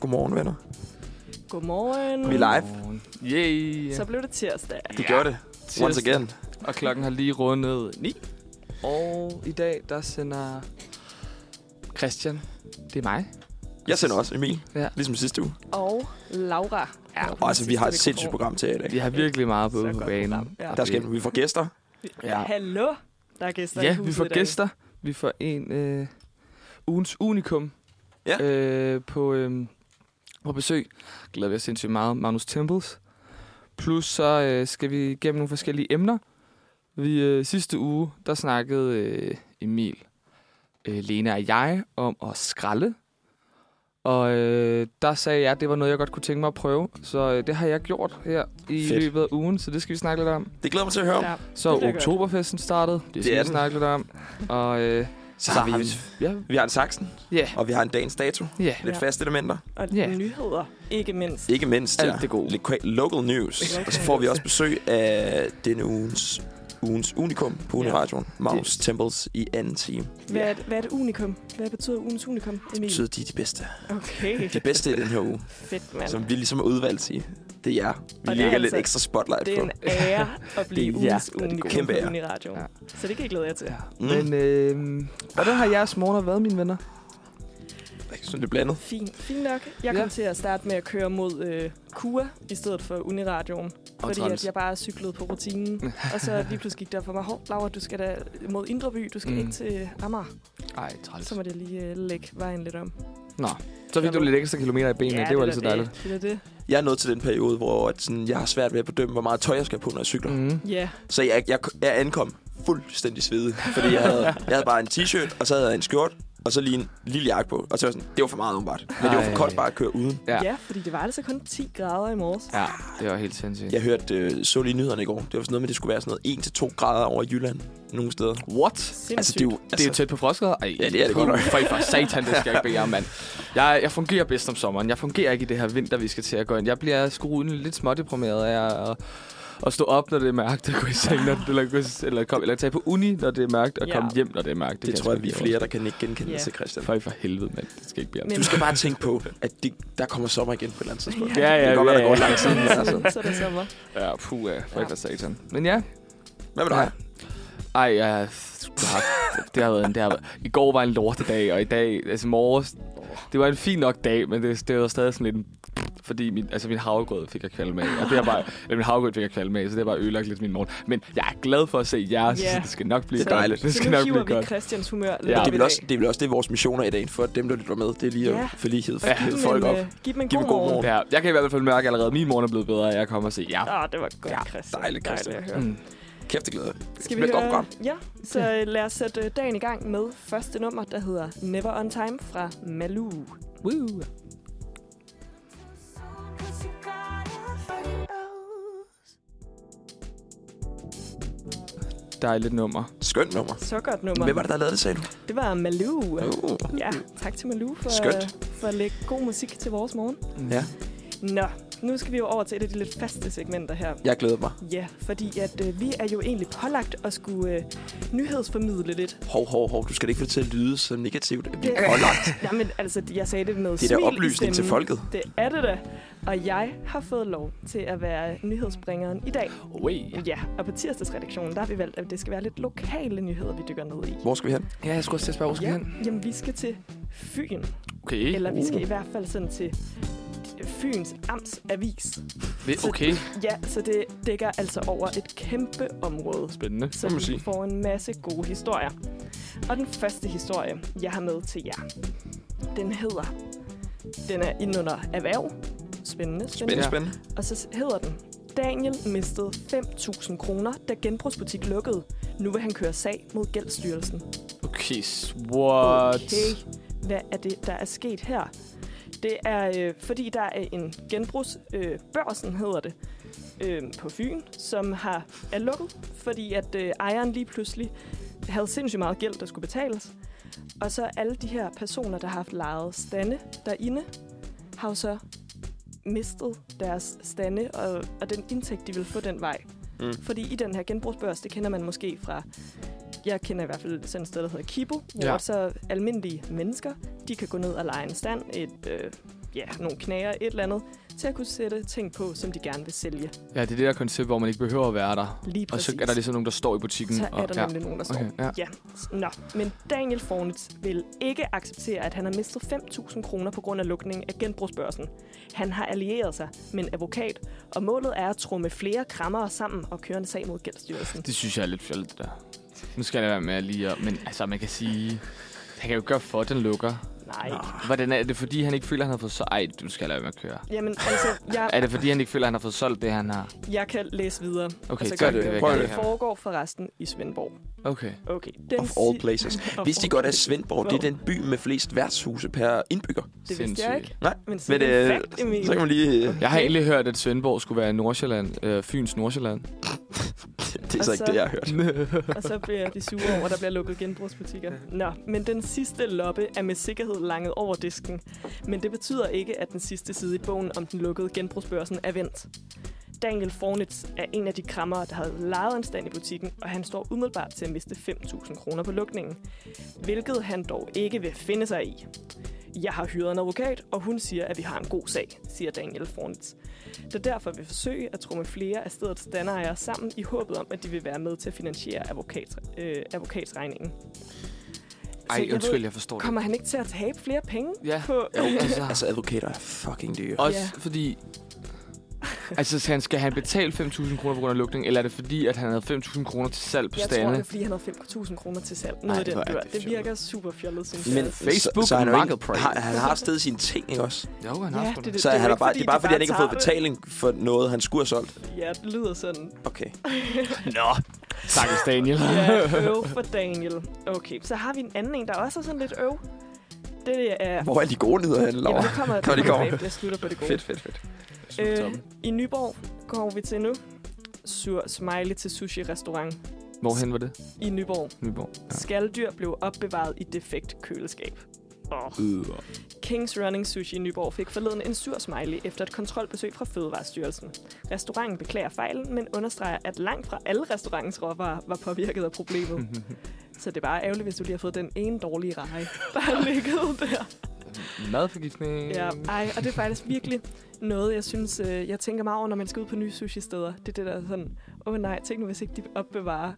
Godmorgen, venner. Godmorgen. Vi er live. Yay. Så blev det tirsdag. Det gjorde det. Once again. Og klokken har lige rundet 9. Og i dag, der sender Christian. Det er mig. Jeg sender også Emil, Ja. ligesom sidste uge. Og Laura. Ja, er og den Og altså, vi sidste har et mikrofon. sindssygt program til jer i dag. Vi har virkelig meget på Så ude på godt banen. program, ja. Der skal, vi får gæster. Ja. Hallo. Der er gæster i Ja, huset vi i får dag. gæster. Vi får en øh, ugens unikum Ja. øh, på, øh, på besøg. Glæder vi os sindssygt meget. Magnus Temples. Plus så øh, skal vi igennem nogle forskellige emner. Vi øh, sidste uge, der snakkede øh, Emil, øh, Lena og jeg om at skralde. Og øh, der sagde jeg, at det var noget, jeg godt kunne tænke mig at prøve. Så øh, det har jeg gjort her i Fedt. løbet af ugen, så det skal vi snakke lidt om. Det glæder jeg mig til at høre om. Ja. Så Det bliver godt. oktoberfesten startede. Det er skal vi den. snakke lidt om. Og øh, Så har vi, ja, vi har en saksen, ja, og vi har en dagens dato. ja. Lidt Ja. faste elementer. Og Ja. nyheder, ikke mindst. Ikke mindst, Alt det gode. Lidt qua- local news. Local Og så får vi news. også besøg af denne ugens, ugens unikum på Uniradioen. Magnus Temples i anden time. Hvad er, et, hvad er et unikum? Hvad betyder ugens unikum, Det Emil? betyder, de er de bedste. Okay, De bedste i den her uge, fedt mand. som vi ligesom har udvalgt i. Det er jer. Vi er lægger lidt altså- ekstra spotlight Det er på. en ære at blive Det er- ugens er unikum kæmpe ære. på Uniradio. Ja. Ja. Så det kan jeg glæde jer til. ja. Mm. Men øh, hvordan har jeres morgener været, mine venner? Jeg synes, det er blandet. Fint fin nok. Jeg kom Ja. til at starte med at køre mod øh, Kua i stedet for Uniradioen. fordi træls. at jeg bare cyklede på rutinen. og så lige pludselig gik der for mig, hov, Laura, du skal da mod Indreby, du skal Mm. mm. ikke til Amager. Ej, træls. Så måtte jeg lige øh, lægge vejen lidt om. Nå, så fik du lidt ekstra kilometer i benene. det var da altid dejligt. Det er det. Jeg er nået til den periode, hvor at sådan, jeg har svært ved at bedømme, hvor meget tøj jeg skal have på, når jeg cykler. Mm. Mm. Ja, Så jeg, jeg, jeg ankom fuldstændig svedig, fordi jeg havde, jeg havde bare en t-shirt, og så havde jeg en skjort, og så lige en lille jakke på. Og så var jeg sådan, det var for meget åbenbart. Men det var for Ej. koldt bare at køre uden. Ja. ja. ja, fordi det var altså kun 10 grader i morges. Ja, det var helt sindssygt. Jeg hørte, øh, så lige nyhederne i går. Det var sådan noget med, at det skulle være sådan noget 1-2 grader over i Jylland nogle steder. What? Sindssygt. Altså, det er jo, Det er jo altså, tæt på frostgrader. Ej, Ja, det er det godt nok. For, for satan, det skal jeg ikke bede jer om, mand. Jeg, jeg fungerer bedst om sommeren. Jeg fungerer ikke i det her vinter, vi skal til at gå ind. Jeg bliver skruen lidt smådeprimeret af at, at stå op, når det er mørkt, og gå i seng, når, eller, gå- eller, kom, eller tage på uni, når det er mørkt, og Ja. komme hjem, når det er mørkt. det kan tror sgu jeg, vi er ikke flere, der kan ikke genkende yeah. Ja. sig, Christian. Føj for helvede, mand. Det skal ikke blive Men- Du skal bare tænke på, at det, der kommer sommer igen på et eller andet tidspunkt. Ja, ja, det kan godt være, ja, der går ja. lang tid. men Altså. så er det sommer. Ja, puh, ja. Føj Ja. for satan. Men ja. Hvad med dig? Ej, ja. Det har, det har været en... Det har været. I går var en lortedag, og i dag... Altså morges... Det var en fin nok dag, men det, det var stadig sådan lidt... en- Fordi min, altså min havregrød fik jeg kvalme af. Og det er bare, eller min havregrød fik jeg kvalme af, så det har bare ødelagt lidt min morgen. Men jeg er glad for at se jer, så Ja. det skal nok blive Det er dejligt. godt. Det Så skal nu nok hiver blive vi godt. Christians humør lidt Ja. op Det er, i vel dag. også, det er vel også det, vores missioner i dag, for dem, der lytter med, det er lige Ja. at forlighed Ja. ja. Giv folk dem op. en, øh, Giv dem en Giv dem god en god morgen. Ja, jeg kan i hvert fald mærke allerede, min morgen er blevet bedre, og jeg kommer og se jer. Åh, det var godt, Ja. Christian. Dejligt, Christian. at høre. Mm. Kæft, det glæder Skal vi Det bliver et høre? godt Ja, så øh, lad os sætte øh, dagen i gang med første nummer, der hedder Never On Time fra Malou. Woo. Cause you got it for those. Dejligt nummer. Skønt nummer. Så godt nummer. Hvem var det, der lavede det, sagde du? Det var Malou. Oh. Ja, tak til Malou for, Skønt. for at lægge god musik til vores morgen. Ja. Nå, nu skal vi jo over til et af de lidt faste segmenter her. Jeg glæder mig. Ja, fordi at øh, vi er jo egentlig pålagt at skulle øh, nyhedsformidle lidt. Hov, hov, hov. Du skal da ikke få det til at lyde så negativt. at vi Det- er pålagt. Jamen, altså, jeg sagde det med Det er da smil i oplysning til stemmen. folket. Det er det da. Og jeg har fået lov til at være nyhedsbringeren i dag. Ui. Ja, og på tirsdagsredaktionen, der har vi valgt, at det skal være lidt lokale nyheder, vi dykker ned i. Hvor skal vi hen? Ja, jeg skulle også til at spørge, hvor skal vi hen? Jamen, vi skal til Fyn. Okay. Eller vi skal i hvert fald sådan til Fyns Amts Avis. Vi- Okay. Ja, så det dækker altså over et kæmpe område. Spændende. Så Må man vi sige. får en masse gode historier. Og den første historie, jeg har med til jer, den hedder... Den er indenunder erhverv. Spændende, spændende. Spændende, Ja. spændende. Og så hedder den, Daniel mistede 5.000 kroner, da genbrugsbutik lukkede. Nu vil han køre sag mod Gældsstyrelsen. Okay, s- what? Okay, hvad er det, der er sket her? Det er, øh, fordi der er en genbrugsbørsen, øh, børsen hedder det, øh, på Fyn, som har, er lukket, fordi at øh, ejeren lige pludselig havde sindssygt meget gæld, der skulle betales. Og så alle de her personer, der har haft lejet stande derinde, har jo så mistet deres stande og, og den indtægt, de vil få den vej. Mm. Mm. Fordi i den her genbrugsbørs, det kender man måske fra, jeg kender i hvert fald sådan et sted, der hedder Kibo, hvor Ja. ja. så almindelige mennesker, de kan gå ned og lege en stand, et, øh, ja, nogle knager, et eller andet, til at kunne sætte ting på, som de gerne vil sælge. Ja, det er det der koncept, hvor man ikke behøver at være der. Lige Og præcis. så er der ligesom nogen, der står i butikken. så er og, der nemlig nogen, der står. Okay, ja. Ja, nå. Men Daniel Fornitz vil ikke acceptere, at han har mistet 5.000 kroner på grund af lukningen af genbrugsbørsen. Han har allieret sig med en advokat, og målet er at trumme flere krammere sammen og køre en sag mod Gældsstyrelsen. Det synes jeg er lidt fjollet, det der. Nu skal jeg lade være med at lige... at- Men altså, man kan sige... Han kan jo ikke gøre for, at den lukker. Nej. Hvordan er det, fordi han ikke føler, han har fået så... Ej, du skal jeg lade være med at køre. Jamen, altså, Er jeg, det, fordi han ikke føler, han har fået solgt det, han har? jeg kan læse videre. Okay, Og så gør kan- det. det. vil jeg Prøv gerne Det det. have. foregår forresten i Svendborg. Okay. Okay. Den Of all si- places. Of Vidste I all godt, at places. Svendborg det er den by med flest værtshuse per indbygger? Det vidste jeg ikke. Nej, Men så men er det øh, en fact, Emil. så kan man lige... Øh, Jeg har egentlig hørt, at Svendborg skulle være Nordsjælland, øh, Fyns Nordsjælland. det er så Og ikke så- det, jeg har hørt. Og så bliver de sure over, at der bliver lukket genbrugsbutikker. Nå, men den sidste loppe er med sikkerhed langet over disken. Men det betyder ikke, at den sidste side i bogen om den lukkede genbrugsbørsen er vendt. Daniel Fornitz er en af de krammere, der havde lejet en stand i butikken, og han står umiddelbart til at miste 5.000 kroner på lukningen. Hvilket han dog ikke vil finde sig i. Jeg har hyret en advokat, og hun siger, at vi har en god sag, siger Daniel Fornitz. der derfor vil forsøge at trumme flere af stedets standejere sammen i håbet om, at de vil være med til at finansiere advokat, øh, advokatsregningen. Så Ej, jeg undskyld, ved, jeg forstår det. Kommer han ikke til at tabe flere penge? Ja. På, Jo, altså- altså advokater er fucking dyre. Også Ja. fordi... Altså, så han, skal han betale 5.000 kroner på grund af lukning, eller er det fordi, at han havde 5.000 kroner til salg på jeg tror, det er, stande? fordi han havde 5.000 kroner til salg. Noget Ej, af den hvor er dør. det Det fjollet. virker super fjollet, synes jeg. Men altså. Facebook så, så han, er jo market ikke, price. har, han har stadig sine ting, ikke også? Jo, han ja, har sgu det, da. det, Så det, det, han er jo ikke, bare, det er bare, fordi de han ikke har fået tager betaling for noget, han skulle have solgt. det. Ja, det lyder sådan. Okay. Nå, stakkels Daniel. Ja, øv for Daniel. Okay, så har vi en anden en, der også er sådan lidt øv. Det er... Hvor er de gode nyheder henne, Laura? Jamen, det kommer, det Nå, det kommer kommer. bag. Jeg slutter på det gode. Fedt, fedt, fedt. Øh, I Nyborg går vi til nu. Sur smiley til sushi-restaurant Hvorhen var det? i Nyborg. Nyborg. Skaldyr blev opbevaret i defekt køleskab. Oh. Kings Running Sushi i Nyborg fik forleden en sur smiley efter et kontrolbesøg fra Fødevarestyrelsen. Restauranten beklager fejlen, men understreger, at langt fra alle restaurantens råvarer var påvirket af problemet. Så det er bare ærgerligt, hvis du lige har fået den ene dårlige reje, der har ligget der. Madforgiftning. Ja, ej, og det er faktisk virkelig noget, jeg synes, øh, jeg tænker meget over, når man skal ud på nye sushi-steder. Det er det der er sådan, åh oh, nej, tænk nu, hvis ikke de opbevarer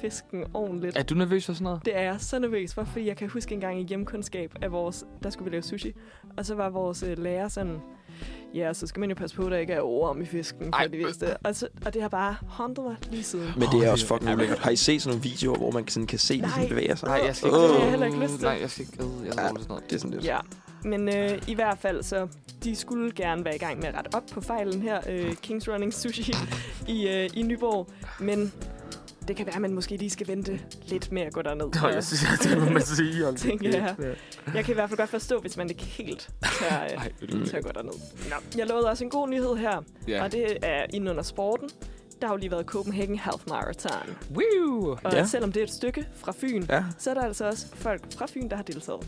fisken ordentligt. Er du nervøs for sådan noget? Det er jeg så nervøs for, fordi jeg kan huske engang i hjemkundskab, at vores, der skulle vi lave sushi, og så var vores øh, lærer sådan, ja, så skal man jo passe på, at der ikke er orm i fisken, for Ej. det vidste. Og, så, og det har bare håndtet mig lige siden. Men det er også Ej, fucking ej, ulækkert. Har I set sådan nogle videoer, hvor man sådan kan se, at de sådan Nej. bevæger sig? Nej, jeg skal ikke. Åh. Det har jeg heller ikke lyst til. Nej, jeg skal ikke. Øh, Jeg er dårlig til sådan noget. Det er sådan lidt. Ja, men øh, i hvert fald så, de skulle gerne være i gang med at rette op på fejlen her, øh, Kings Running Sushi i, øh, i Nyborg, men det kan være, at man måske lige skal vente lidt med at gå derned. Nå, jeg synes, jeg- det må man sige. hold Tænker kæft. jeg. jeg kan i hvert fald godt forstå, hvis man ikke helt tør, øh, Ej, Mm. øh, tør gå derned. Nå, jeg lovede også en god nyhed her, Ja. ja. og det er inden under sporten. Der har jo lige været Copenhagen Half Marathon, Woo! og Ja. ja. selvom det er et stykke fra Fyn, Ja. så er der altså også folk fra Fyn, der har deltaget.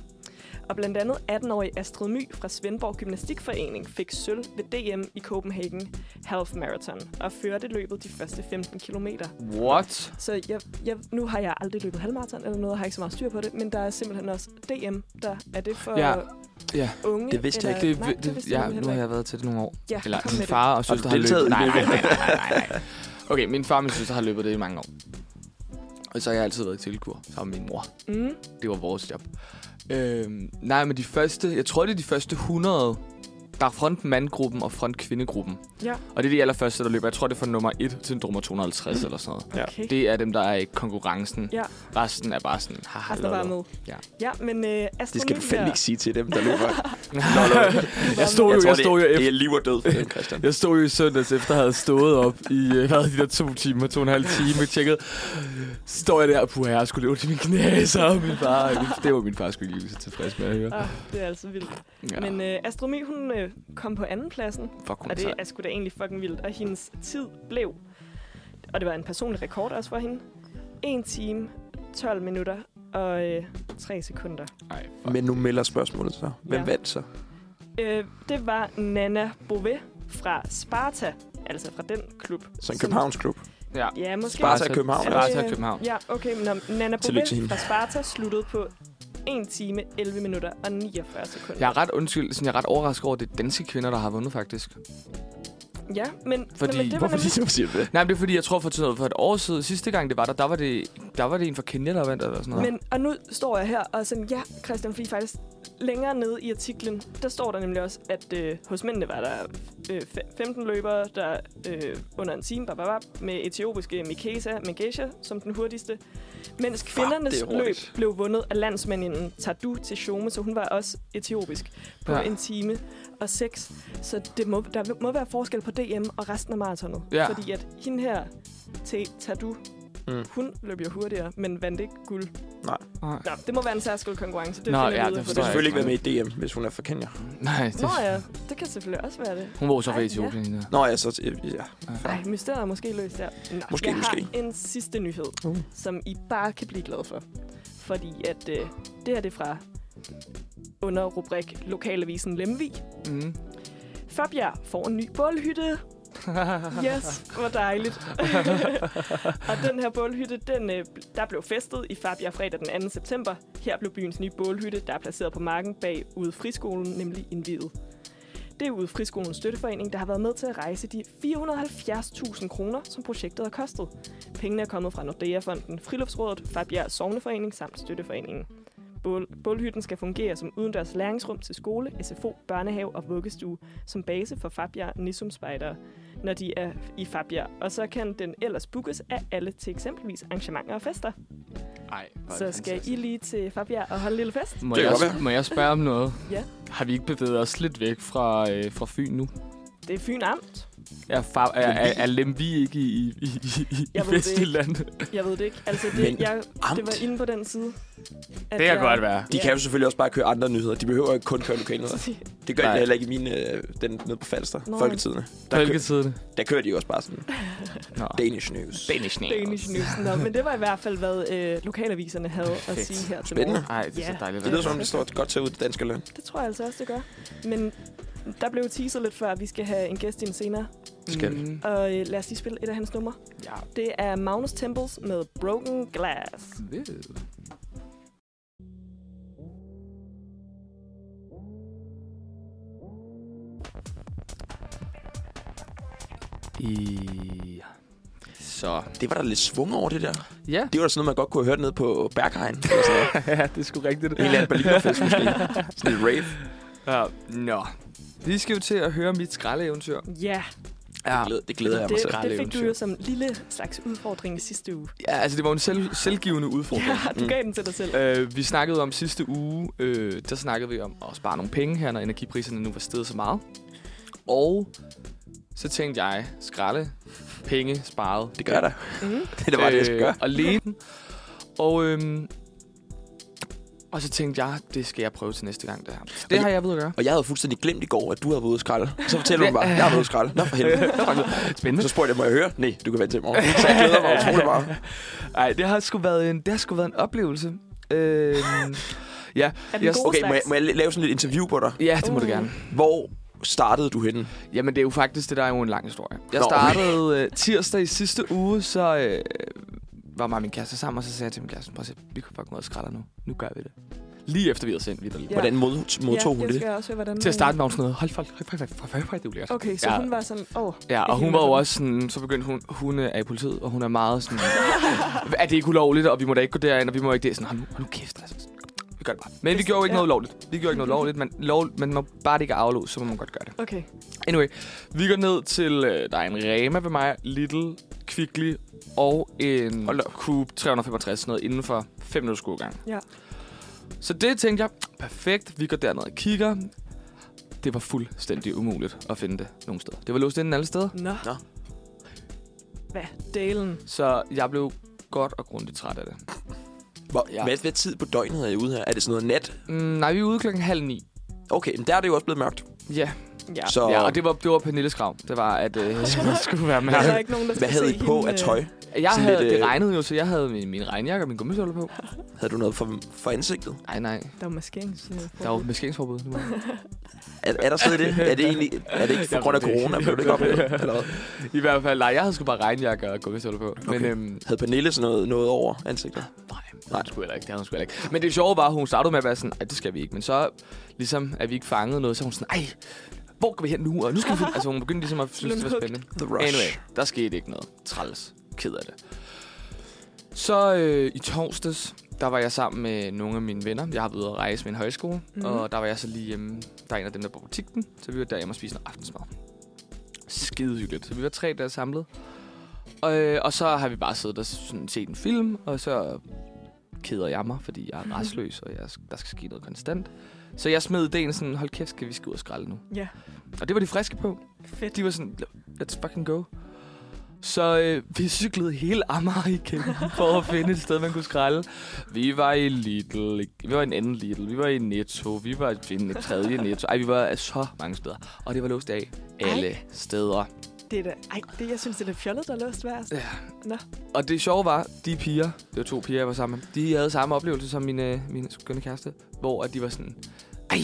Og blandt andet 18-årig Astrid My fra Svendborg Gymnastikforening fik sølv ved DM i Copenhagen Half Marathon og førte løbet de første 15 kilometer. What? Så jeg, jeg, nu har jeg aldrig løbet halvmarathon eller noget, og har ikke så meget styr på det, men der er simpelthen også DM, der er det for Ja. ja. Ja. unge. Det vidste jeg eller- Det, Nej, det, det, vidste jeg ja, heller nu har ikke. jeg været til det nogle år. Ja, Eller kom med min det. far og Har du søster har løbet. deltaget i Nej, nej, løbet? nej, nej, nej, nej. Okay, min far og min søster har løbet det i mange år. Og så har jeg altid været i tilkur sammen med min mor. Mm. Det var vores job. Øhm, nej, men de første, jeg tror, det er de første 100. Der er frontmandgruppen og frontkvindegruppen. Ja. Og det er de allerførste, der løber. Jeg tror, det er fra nummer 1 til nummer 250 eller sådan noget. Okay. Det er dem, der er i konkurrencen. Ja. Resten er bare sådan, haha, Astrid var lolo. med. Ja. ja, men øh, Astrid Det skal du My fandme her- ikke sige til dem, der løber. jeg stod jo, jeg det, stod jo det er liv og død for dem, Christian. Jeg stod jo i søndags efter, at jeg havde stået op i øh, hvad, de der to timer, to og en halv time, og tjekket. Så står jeg der, puha, jeg skulle løbe til min knæ, så min far, min, det var min far skulle lige så tilfreds med at høre. Åh, det er altså vildt. Ja, Ja. Men øh, Astrid My, hun øh, kom på andenpladsen fuck, hun Og det det er sgu da egentlig fucking vildt. Og hendes tid blev, og det var en personlig rekord også for hende, 1 time, 12 minutter og øh, 3 sekunder. Ej, Men nu melder spørgsmålet så. Hvem Ja. vandt så? Øh, det var Nana Bove fra Sparta, altså fra den klub. Så en Københavns klub. ja. Ja, måske. Sparta København. Er det- Sparta København. Ja, øh, okay. Men Nana Tillykke til Bove hende. fra Sparta sluttede på 1 time, 11 minutter og 49 sekunder. Jeg er ret undskyld, sådan, jeg er ret overrasket over, at det er danske kvinder, der har vundet, faktisk. Ja, men, Fordi- men det var Hvorfor nemlig... lige så siger du det? Nej, men det er fordi, jeg tror for, sådan noget, for et år siden, sidste gang det var der, der var det, der var det en fra Kenya, der vandt, eller sådan noget. Men, og nu står jeg her og er sådan, ja, Christian, fordi faktisk længere nede i artiklen, der står der nemlig også, at øh, hos mændene var der øh, fe- 15 løbere, der øh, under en time bababab, med etiopiske Mikesa Megesha som den hurtigste, mens kvindernes det er Fuck, løb hurtigt. blev vundet af landsmændinden Tadu til Shome, så hun var også etiopisk på Ja. ja. en time og seks. Så det må, der må være forskel på DM og resten af maratonet. Ja. Fordi at hende her, til Tadu, Mm. mm. hun løb jo hurtigere, men vandt ikke guld. Nej. Nå, det må være en særskilt konkurrence. Det Nå, finder vi ja, ud det af på Hun skal forstår det. jeg selvfølgelig ikke være med i DM, hvis hun er fra Kenya. Nej, det, Nå ja, det kan selvfølgelig også være det. hun var jo så fra Ej, Etiopien. hende der. Nå ja, så... Ja. Ej, mysteriet er måske løst der. Nå, Måske, jeg måske. har en sidste nyhed, Uh. uh. som I bare kan blive glade for. Fordi at øh, det her det er fra under rubrik Lokalavisen Lemvig. Mm. Fabjerg får en ny bålhytte. Yes, hvor dejligt. og den her bålhytte, den, øh, der blev festet i Fabia fredag den 2. september. Her blev byens nye bålhytte, der er placeret på marken bag ude friskolen, nemlig indvidet. Det er ude friskolens støtteforening, der har været med til at rejse de 470.000 kroner, som projektet har kostet. Pengene er kommet fra Nordea-fonden, Friluftsrådet, Fabjerg Sogneforening samt Støtteforeningen. Bål- Bålhytten skal fungere som udendørs læringsrum til skole, SFO, børnehave og vuggestue som base for Fabia Nissum Spejdere, når de er i Fabia. Og så kan den ellers bookes af alle til eksempelvis arrangementer og fester. Ej, Så skal I lige til Fabia og holde en lille fest. Må Det kan jeg, godt være. må jeg spørge om noget? Ja. Har vi ikke bevæget os lidt væk fra, øh, fra Fyn nu? Det er Fyn Amt. Er, far, er, er, er Lemvi ikke i, i, i, i, i Jeg ved det Vestjylland? Jeg ved det ikke. Altså, Men det, jeg, det var amt? inde på den side. at Det kan jeg- godt være. De kan jo selvfølgelig også bare køre andre nyheder. De behøver ikke kun køre lokale nyheder. Det gør Nej. de heller ikke i min, øh, den nede på Falster, Nå. folketiderne. Der, kø- Folketiderne. der kører de jo også bare sådan Nå. Danish news. Danish Danish News. Nå, men det var i hvert fald, hvad øh, lokalaviserne havde at Fedt. sige her til Spændende. morgen. Ej, det er Ja. så dejligt. Det lyder som om, det står godt til ud i det danske land. Det tror jeg altså også, det gør. Men der blev teaset lidt før, at vi skal have en gæst ind senere. Skal det. Mm. Og øh, lad os lige spille et af hans numre. Ja. Det er Magnus Temples med Broken Glass. I... Så. Det var der lidt svung over det der. Ja. Det var da sådan noget, man godt kunne have hørt ned på Berghain. Eller sådan noget. ja, det er sgu rigtigt. En eller anden Berlinerfest måske. Sådan et rave. Ja. Nå. Vi skal jo til at høre mit skraldeeventyr. Ja, Ja. Glæder- Ah. Det glæder jeg mig til. det, det fik skraldeeventyr. du jo som lille slags udfordring i sidste uge. ja, altså det var en selv, selvgivende udfordring. Ja, du Mm. gav den til dig selv. Øh, vi snakkede om sidste uge, øh, der snakkede vi om at spare nogle penge her, når energipriserne nu var steget så meget. Og så tænkte jeg, skralde, penge, sparet. Øh, Det gør jeg da. Mm. Det var det, jeg skulle gøre. Og lene. Og, øhm, og så tænkte jeg, det skal jeg prøve til næste gang, det her. Så det Og har jeg ved at gøre. Og jeg havde fuldstændig glemt i går, at du havde været ude at skralde. Så fortæller du mig bare, jeg har været ude at skralde. Nå for helvede. Spændende. Så spurgte jeg, må jeg høre? Nej, du kan vente til i morgen. Så jeg glæder mig utrolig meget. Nej, det har sgu været en, det har sgu været en oplevelse. Øhm, ja, Er den jeg- gode Okay, må jeg, slags? må jeg lave sådan et interview på dig? ja, det må du Uh. gerne. Hvor startede du henne? Jamen, det er jo faktisk, det der er jo en lang historie. Jeg Nå, okay. startede øh, tirsdag i sidste uge, så øh, var mig og min kæreste sammen, og så sagde jeg til min kæreste, prøv at se, vi kunne fucking ud og skralder nu. Nu gør vi det. Lige efter vi havde sendt videre. Ja. Hvordan mod- modtog ja, hun jeg det? Skal også høre, hvordan øh, Til at starte med var hun sådan noget, hold folk, hold folk, hold folk, hold folk, det er ulækkert. Okay, så Ja. ja. hun var sådan, åh, oh, Ja, og Det hun hele var jo tiden. også sådan, så begyndte hun, hun øh, er i politiet, og hun er meget sådan, er det ikke ulovligt, og vi må da ikke gå derind, og vi må ikke det. Sådan, hold nu, hold nu kæft, altså. Vi gør det bare. Men vi gjorde jo ikke Ja. Mhm. noget ulovligt. Vi gjorde ikke noget ulovligt, men, lov, men man må bare det ikke er aflåst, så må man godt gøre det. okay. Anyway, vi går ned til, øh, der er en Rema ved mig, Little, Kvickly og en Hold da op. Cube 365, sådan noget inden for 5 minutters skolegang. Ja. Så det tænkte jeg, perfekt, vi går derned og kigger. Det var fuldstændig umuligt at finde det nogen steder. Det var låst inden alle steder. Nå. Nå. Hvad? Dalen. Så jeg blev godt og grundigt træt af det. Hvor, Ja. hvad, hvad tid på døgnet er I ude her? Er det sådan noget nat? Mm, nej, vi er ude klokken halv ni. Okay, men der er det jo også blevet mørkt. Ja, Ja. Så Ja, og det var, det var Pernilles krav. Det var, at øh, jeg skulle være med. Der er så ikke nogen, der hvad skal havde se I på hende, øh, af tøj? Jeg Sådan havde, lidt, det øh, regnede jo, så jeg havde min, min regnjakke og min gummistøvler på. Havde du noget for, for ansigtet? Nej, nej. øh, Der var maskerings. Der var maskeringsforbud. Det var- Er, er der stadig det? Er det, egentlig, er det ikke på Jeg grund af ved det ikke. corona, blev det ikke ophævet? Eller hvad? I hvert fald, nej, jeg havde sgu bare regnjakke og gummistøvler på. Okay. Men Okay. øhm, Havde Pernille sådan noget, noget over ansigtet? Nej, det Nej. havde hun sgu heller ikke. Det havde hun sgu heller ikke. Men det sjove var, at hun startede med at være sådan, nej, det skal vi ikke. Men så ligesom, at vi ikke fangede noget, så var hun sådan, ej, hvor går vi hen nu? Og nu skal vi finde-" Altså, hun begyndte ligesom at synes, det var Blev spændende. The Rush. Anyway, der skete ikke noget. Træls. Ked af det. Så øh, i torsdags, der var jeg sammen med nogle af mine venner. Jeg har været ude at rejse med en højskole, Mhm. mm. og der var jeg så lige hjemme. Der er en af dem, der bor på butikken, så vi var derhjemme og spiste noget aftensmad. Skide hyggeligt. Så vi var tre der samlet. Og, øh, og så har vi bare siddet og sådan, set en film, og så keder jeg mig, fordi jeg er rastløs, og jeg, der skal ske noget konstant. Så jeg smed ideen sådan, hold kæft, skal vi skal ud og skralde nu? Ja. Og det var de friske på. Fedt. De var sådan, let's fucking go. Så øh, vi cyklede hele Amager igen for at finde et sted, man kunne skralde. Vi var i Lidl, vi var i en anden Lidl, vi var i Netto, vi var i en tredje Netto. Ej, vi var så mange steder. Og det var låst af alle Ej. steder. Det er da, ej, det, jeg synes, det er da fjollet, der er låst værst. Ja. Nå. Og det sjove var, de piger, det var to piger, jeg var sammen med, de havde samme oplevelse som min, øh, min skønne kæreste, hvor at de var sådan, ej,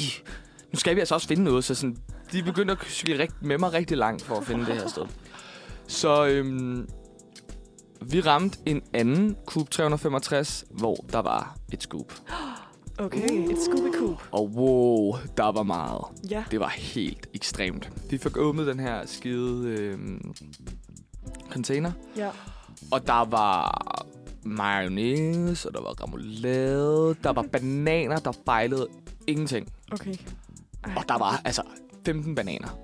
nu skal vi altså også finde noget, så sådan, de begyndte at svige rigt- med mig rigtig langt for at finde det her sted. Så øhm, vi ramte en anden Coupe 365, hvor der var et scoop. Okay, et scooby -Coop. Og wow, der var meget. Ja. Det var helt ekstremt. Vi fik åbnet den her skide øhm, container, ja. og der var mayonnaise, og der var remoulade, der var bananer, der fejlede ingenting. Okay. Ej. Og der var altså 15 bananer.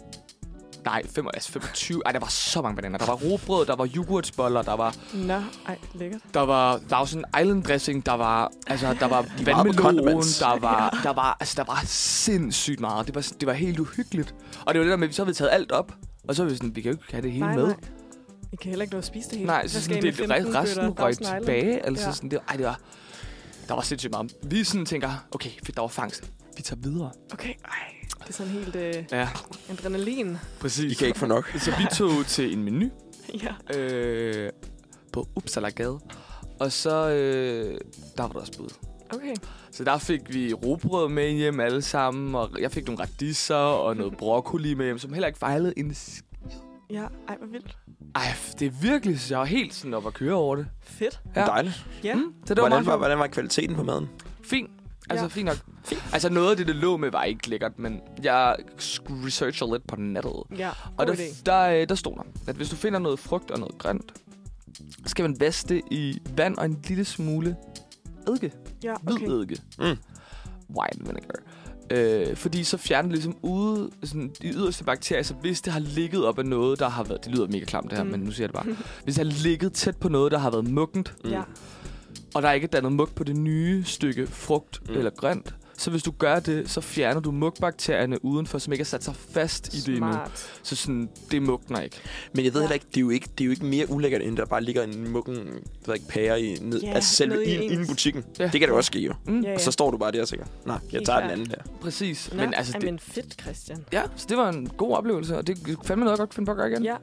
Nej, fem, altså 25. Ej, der var så mange bananer. Der var robrød, der var yoghurtsboller, der var, Nå, ej, lækkert. der var Thousand Island dressing, der var, altså, der var var på vandmelon, condiments. der var, der var, altså, der var sindssygt meget. Det var, det var helt uhyggeligt. Og det var det der med, at så havde vi taget alt op, og så var vi sådan, vi kan jo ikke have det hele nej, med. nej. I kan heller ikke nå at spise det hele. Nej, Hvad så skal sådan, I med det, det 15 resten bøtter røg Thousand Island? tilbage. Altså Ja. ja. sådan, det, ej, det var, der var sindssygt meget. Vi sådan tænker, okay, fedt, der var fangst. Vi tager videre. Okay, ej. Det er sådan helt øh, Ja, adrenalin. præcis. I kan ikke få nok. Så vi tog til en menu ja. øh, på Uppsala Gade. Og så, øh, der var der også bud. Okay. Så der fik vi robrød med hjem alle sammen, og jeg fik nogle radisser og noget broccoli med hjem, som heller ikke fejlede en sk- Ja, ej, hvor vildt. Ej, det er virkelig, så jeg var helt sådan op at køre over det. Fedt. Ja. Dejligt. Ja. Mm, så det var Hvordan meget var, sjovt. hvordan var kvaliteten på maden? Fint. Ja. Altså, ja. fint nok. Altså, noget af det, det lå med, var ikke lækkert, men jeg sk- researcher lidt på nettet. Ja, god Og der, idé. der, øh, der stod der, at hvis du finder noget frugt og noget grønt, så skal man vaske det i vand og en lille smule eddike. Ja, Hvid okay. eddike. Mm. White vinegar. Øh, fordi så fjerner det ligesom ude, sådan, de yderste bakterier, så hvis det har ligget op af noget, der har været... Det lyder mega klamt det her, Mm. mm. men nu siger jeg det bare. Hvis det har ligget tæt på noget, der har været muggent, Ja, og der er ikke er dannet mug på det nye stykke frugt Mm. mm. eller grønt, så hvis du gør det, så fjerner du mugbakterierne udenfor, som ikke har sat sig fast i det endnu. smart. Så sådan, det mugner ikke. Men jeg ved heller ikke, det er jo ikke, det er jo ikke mere ulækkert, end der bare ligger en mukken jeg ved ikke, pære i, ned, Ja, yeah, altså selv nede i i, ens. inde i butikken. Ja. Det kan det jo også ske, jo. Ja, Mm. Ja. Mm. Og ja. så står du bare der og tænker, nej, jeg Helt tager den klart. anden der. Præcis. Nå, men altså, det, men fedt, Christian. ja, så det var en god oplevelse, og det fandme noget, jeg godt finde på at gøre igen. Ja,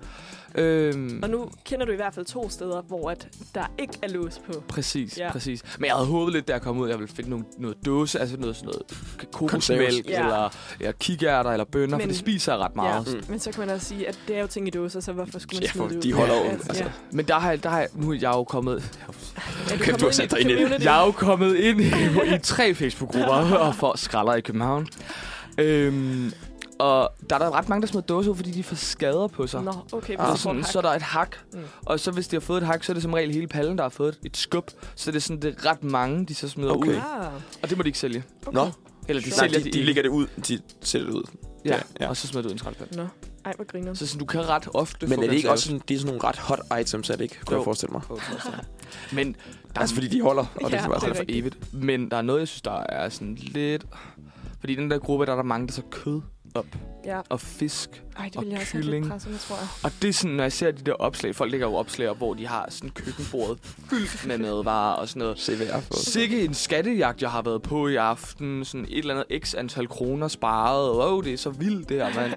Øhm, og nu kender du i hvert fald to steder, hvor at der ikke er lås på. Præcis, Ja. ja. præcis. Men jeg havde håbet lidt, da jeg kom ud, at jeg ville finde nogle, noget dåse, altså noget sådan noget k- kokosmælk, Ja. ja. eller, eller kikærter, eller bønner, Men- for det spiser jeg ret meget. Ja, Mm. men så kan man også sige, at det er jo ting i dåser, så hvorfor skulle man Ja, smide for det ud? de holder jo, Ja, altså. ja. Men der har, jeg- der har, jeg- nu er jeg jo kommet... Kæft, Er kommet du har ind sat dig i ind i det. community? Jeg er jo kommet ind i, i tre Facebook-grupper og for skralder i København. Øhm, og der er der ret mange, der smider dåser ud, fordi de får skader på sig. Nå, okay, men Ah, så får sådan, hak. så er der et hak, Mm. mm. og så hvis de har fået et hak, så er det som regel hele pallen, der har fået et skub. Så er det sådan, det er ret mange, de så smider Okay. okay. ud. Ah, Og det må de ikke sælge. okay. Nå, Eller de Nej, nej, sælger de, det de ikke. ligger det ud, de sætter det ud. Ja, ja. Mm. ja, og så smider du ud i en skraldespand. Nå, ej, hvor griner Så sådan, du kan ret ofte Men få er det ikke konserves. også sådan, det er sådan nogle ret hot items, er det ikke? Kunne Jo. jeg forestille mig. Men der Altså fordi de holder, og det Ja, er bare det er sådan. rigtigt. for evigt. Men der er noget, jeg synes, der er sådan lidt... Fordi i den der gruppe, der er der mange, der så kød op. Ja. Og fisk. Ej, det Og ville jeg også have lidt kylling. presset med, tror jeg. Og det er sådan, når jeg ser de der opslag, folk lægger jo opslag op, hvor de har sådan køkkenbordet fyldt med madvarer og sådan noget. CVR for. Sikke en skattejagt, jeg har været på i aften. Sådan et eller andet x antal kroner sparet. Wow, det er så vildt det her, mand.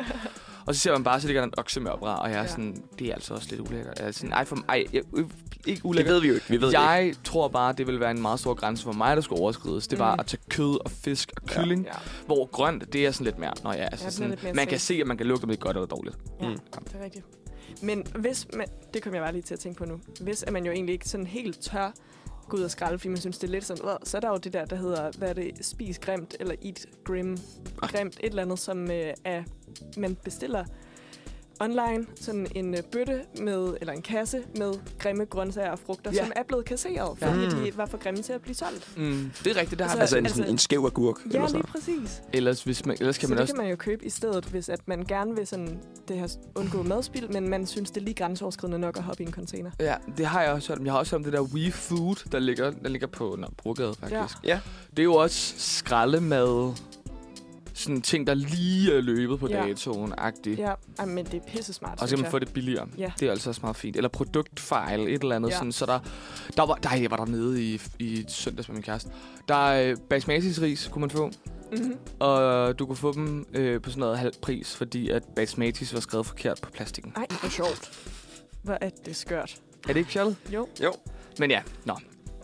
Og så ser man bare, så ligger der en oksemørbra, og jeg er Ja. sådan, det er altså også lidt ulækkert. Jeg er sådan, ej, for, ej jeg, øh, ikke Det ulækkert. ved vi jo ikke. Vi ved det ikke. Jeg tror bare, det ville være en meget stor grænse for mig, der skulle overskrides. Det var Mm. at tage kød og fisk og kylling, Mhm. ja, Ja, ja. hvor grønt, det er sådan lidt mere. Nå ja, altså den er sådan, lidt mere man kan safe. se, at man kan lugte, om det er godt eller dårligt. ja, Mm. det er rigtigt. Men hvis man, det kom jeg bare lige til at tænke på nu, hvis at man jo egentlig ikke sådan helt tør gå ud og skralde, fordi man synes, det er lidt sådan, "Åh", så er der jo det der, der hedder, hvad er det, spis grimt, eller eat grim, Ah. grimt, et eller andet, som øh, er, man bestiller online, sådan en øh, bøtte med, eller en kasse med grimme grøntsager og frugter, Ja. som er blevet kasseret, Ja. fordi Mm. de var for grimme til at blive solgt. Mm, det er rigtigt, det har Altså en, altså- sådan, en skæv agurk. Ja, eller sådan lige noget. præcis. Ellers, hvis man, ellers kan så man det også... kan man jo købe i stedet, hvis at man gerne vil sådan, det her undgå madspild, men man synes, det er lige grænseoverskridende nok at hoppe i en container. Ja, det har jeg også hørt om. Jeg har også hørt om det der We Food, der ligger, der ligger på Nå, Brogade, faktisk. Ja. Ja. Det er jo også skraldemad. Sådan ting, der lige er løbet på Ja. ja. datoen agtigt Ja, ej, men det er pisse smart, Og så kan man få det billigere. Ja. Det er altså også meget fint. Eller produktfejl, et eller andet. Ja. Ja. Sådan, så der, der var, der, jeg var dernede i, i søndags med min kæreste. Der er øh, basmatisris, kunne man få. Mm-hmm. Og du kunne få dem øh, på sådan noget halv pris, fordi at basmatis var skrevet forkert på plastikken. Ej, hvor sjovt. Hvor er det skørt. Er det ikke fjollet? Jo, Jo. Men ja, nå.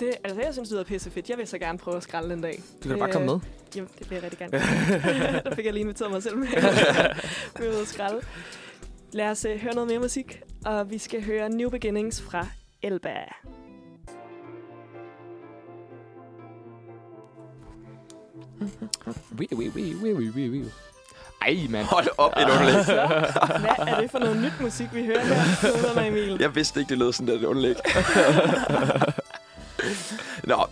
det, altså jeg synes, det lyder pisse fedt. Jeg vil så gerne prøve at skralde en dag. Du kan da bare komme med. Jamen, det vil jeg rigtig gerne. der fik jeg lige inviteret mig selv med. Vi er ude at skralde. Lad os uh, høre noget mere musik, og vi skal høre New Beginnings fra Elba. Wee, wee, wee, wee, wee, wee, wee. Ej, mand. Hold op, et underlæg. Så, hvad er det for noget nyt musik, vi hører her? Nuderne, Emil. Jeg vidste ikke, det lød sådan der, det underlæg. Nå,